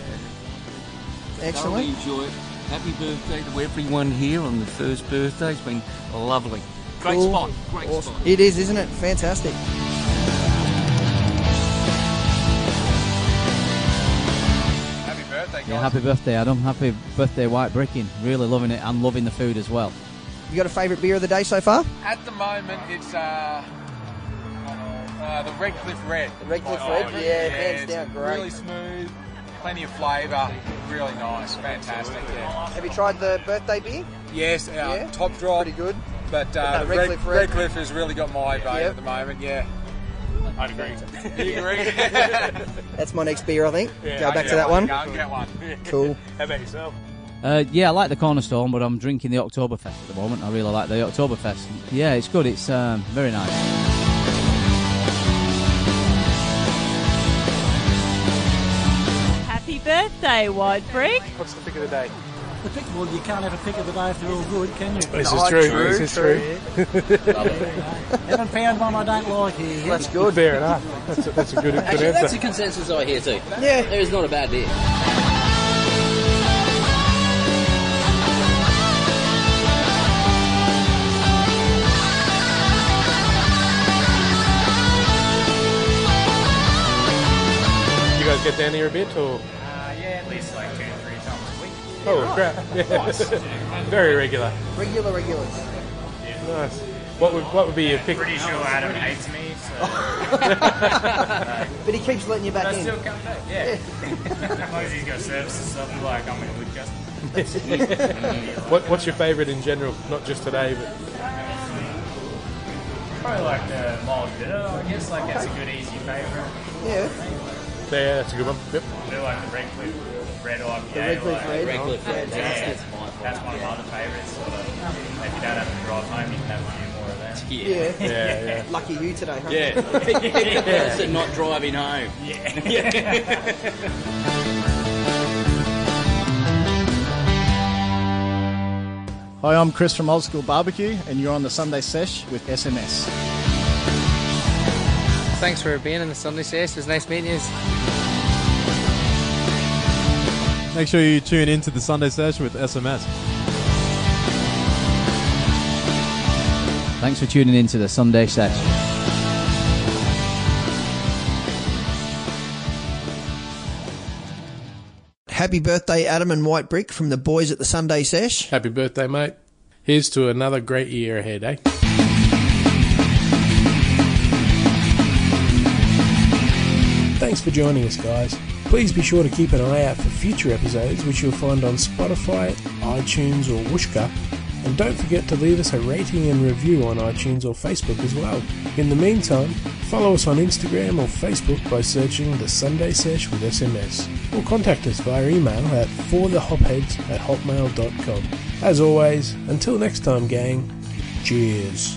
Speaker 14: Thoroughly
Speaker 1: Excellent.
Speaker 14: enjoy it. Happy birthday to everyone here on the first birthday. It's been lovely. Great
Speaker 1: Cool.
Speaker 14: spot. Great spot.
Speaker 1: It is, isn't it? Fantastic.
Speaker 14: Happy birthday,
Speaker 15: Yeah, happy birthday, Adam. Happy birthday, White Bricking. Really loving it and loving the food as well.
Speaker 1: You got a favourite beer of the day so far?
Speaker 16: At the moment, it's uh, uh, the Red Cliff Red. Oh, The Red
Speaker 1: Cliff Red? Yeah, hands down, great.
Speaker 16: Really smooth, plenty of flavour, really nice, fantastic. Yeah.
Speaker 1: Have you tried the birthday beer?
Speaker 16: Yes, uh, top drop. Pretty good. But
Speaker 1: But
Speaker 16: uh,
Speaker 1: no,
Speaker 16: the
Speaker 1: Red
Speaker 16: Red,
Speaker 1: Cliff
Speaker 16: Cliff
Speaker 1: Red.
Speaker 16: Red. Cliff has really got my vote
Speaker 1: Yep.
Speaker 16: at the moment. Yeah. I'd agree. you agree?
Speaker 1: That's my next beer, I think.
Speaker 16: Yeah,
Speaker 1: Go
Speaker 16: I
Speaker 1: back
Speaker 16: can
Speaker 1: to
Speaker 16: get
Speaker 1: that
Speaker 16: one,
Speaker 1: one.
Speaker 16: I can get one.
Speaker 1: Cool.
Speaker 16: How about yourself?
Speaker 15: Uh, yeah, I like the Cornerstone, but I'm drinking the Oktoberfest at the moment. I really like the Oktoberfest. Yeah, it's good. It's um, very nice.
Speaker 13: Happy birthday, White Brick.
Speaker 16: What's the pick of the day?
Speaker 10: The pick, well, you can't have a pick of the day if they're all good, can you?
Speaker 6: This is true. this is true.
Speaker 10: Haven't found one I don't like here. yet.
Speaker 1: That's good.
Speaker 6: Fair enough. That's a, that's a good, good
Speaker 5: Actually, that's
Speaker 6: answer.
Speaker 5: a consensus I hear too.
Speaker 1: Yeah.
Speaker 5: There is not a bad beer.
Speaker 2: You guys get down here a bit, or?
Speaker 16: Uh, yeah, at least like two, three times a week.
Speaker 2: Oh, crap. Very regular.
Speaker 1: Regular regulars.
Speaker 2: Nice. What would, what would be your pick?
Speaker 16: Pretty sure Adam hates me, so.
Speaker 1: But he keeps letting you back in.
Speaker 16: yeah. as long as he's got service and stuff, like, I'm a good customer.
Speaker 2: what, what's your favourite in general? Not just today, but
Speaker 16: Probably like the mild bitter, I guess, like that's a good easy favourite.
Speaker 1: Yeah.
Speaker 2: yeah, that's a good one. Yep.
Speaker 16: Do like the Red Cliff Red IPA.
Speaker 1: The Red Cliff
Speaker 16: like,
Speaker 1: Red. Red Cliff Red,
Speaker 16: Yeah,
Speaker 1: that's-
Speaker 16: that's, one of my other favourites. Sort of. If you don't have to drive home, you can have a few more of that.
Speaker 1: Yeah. Lucky you today, huh?
Speaker 5: [LAUGHS] So not driving home.
Speaker 7: Hi, I'm Chris from Old School Barbecue, and you're on the Sunday Sesh with SMS.
Speaker 8: Thanks for being in the Sunday Sesh. It was nice meeting you.
Speaker 12: Make sure you tune in to the Sunday session with SMS.
Speaker 15: Thanks for tuning in to the Sunday Sesh.
Speaker 1: Happy birthday, Adam and White Brick from the boys at the Sunday Sesh.
Speaker 6: Happy birthday, mate. Here's to another great year ahead, eh?
Speaker 17: Thanks for joining us, guys. Please be sure to keep an eye out for future episodes, which you'll find on Spotify, iTunes, or Wooshka. And don't forget to leave us a rating and review on iTunes or Facebook as well. In the meantime, follow us on Instagram or Facebook by searching The Sunday Sesh with SMS, or contact us via email at forthehopheads at hotmail.com. As always, until next time, gang, cheers.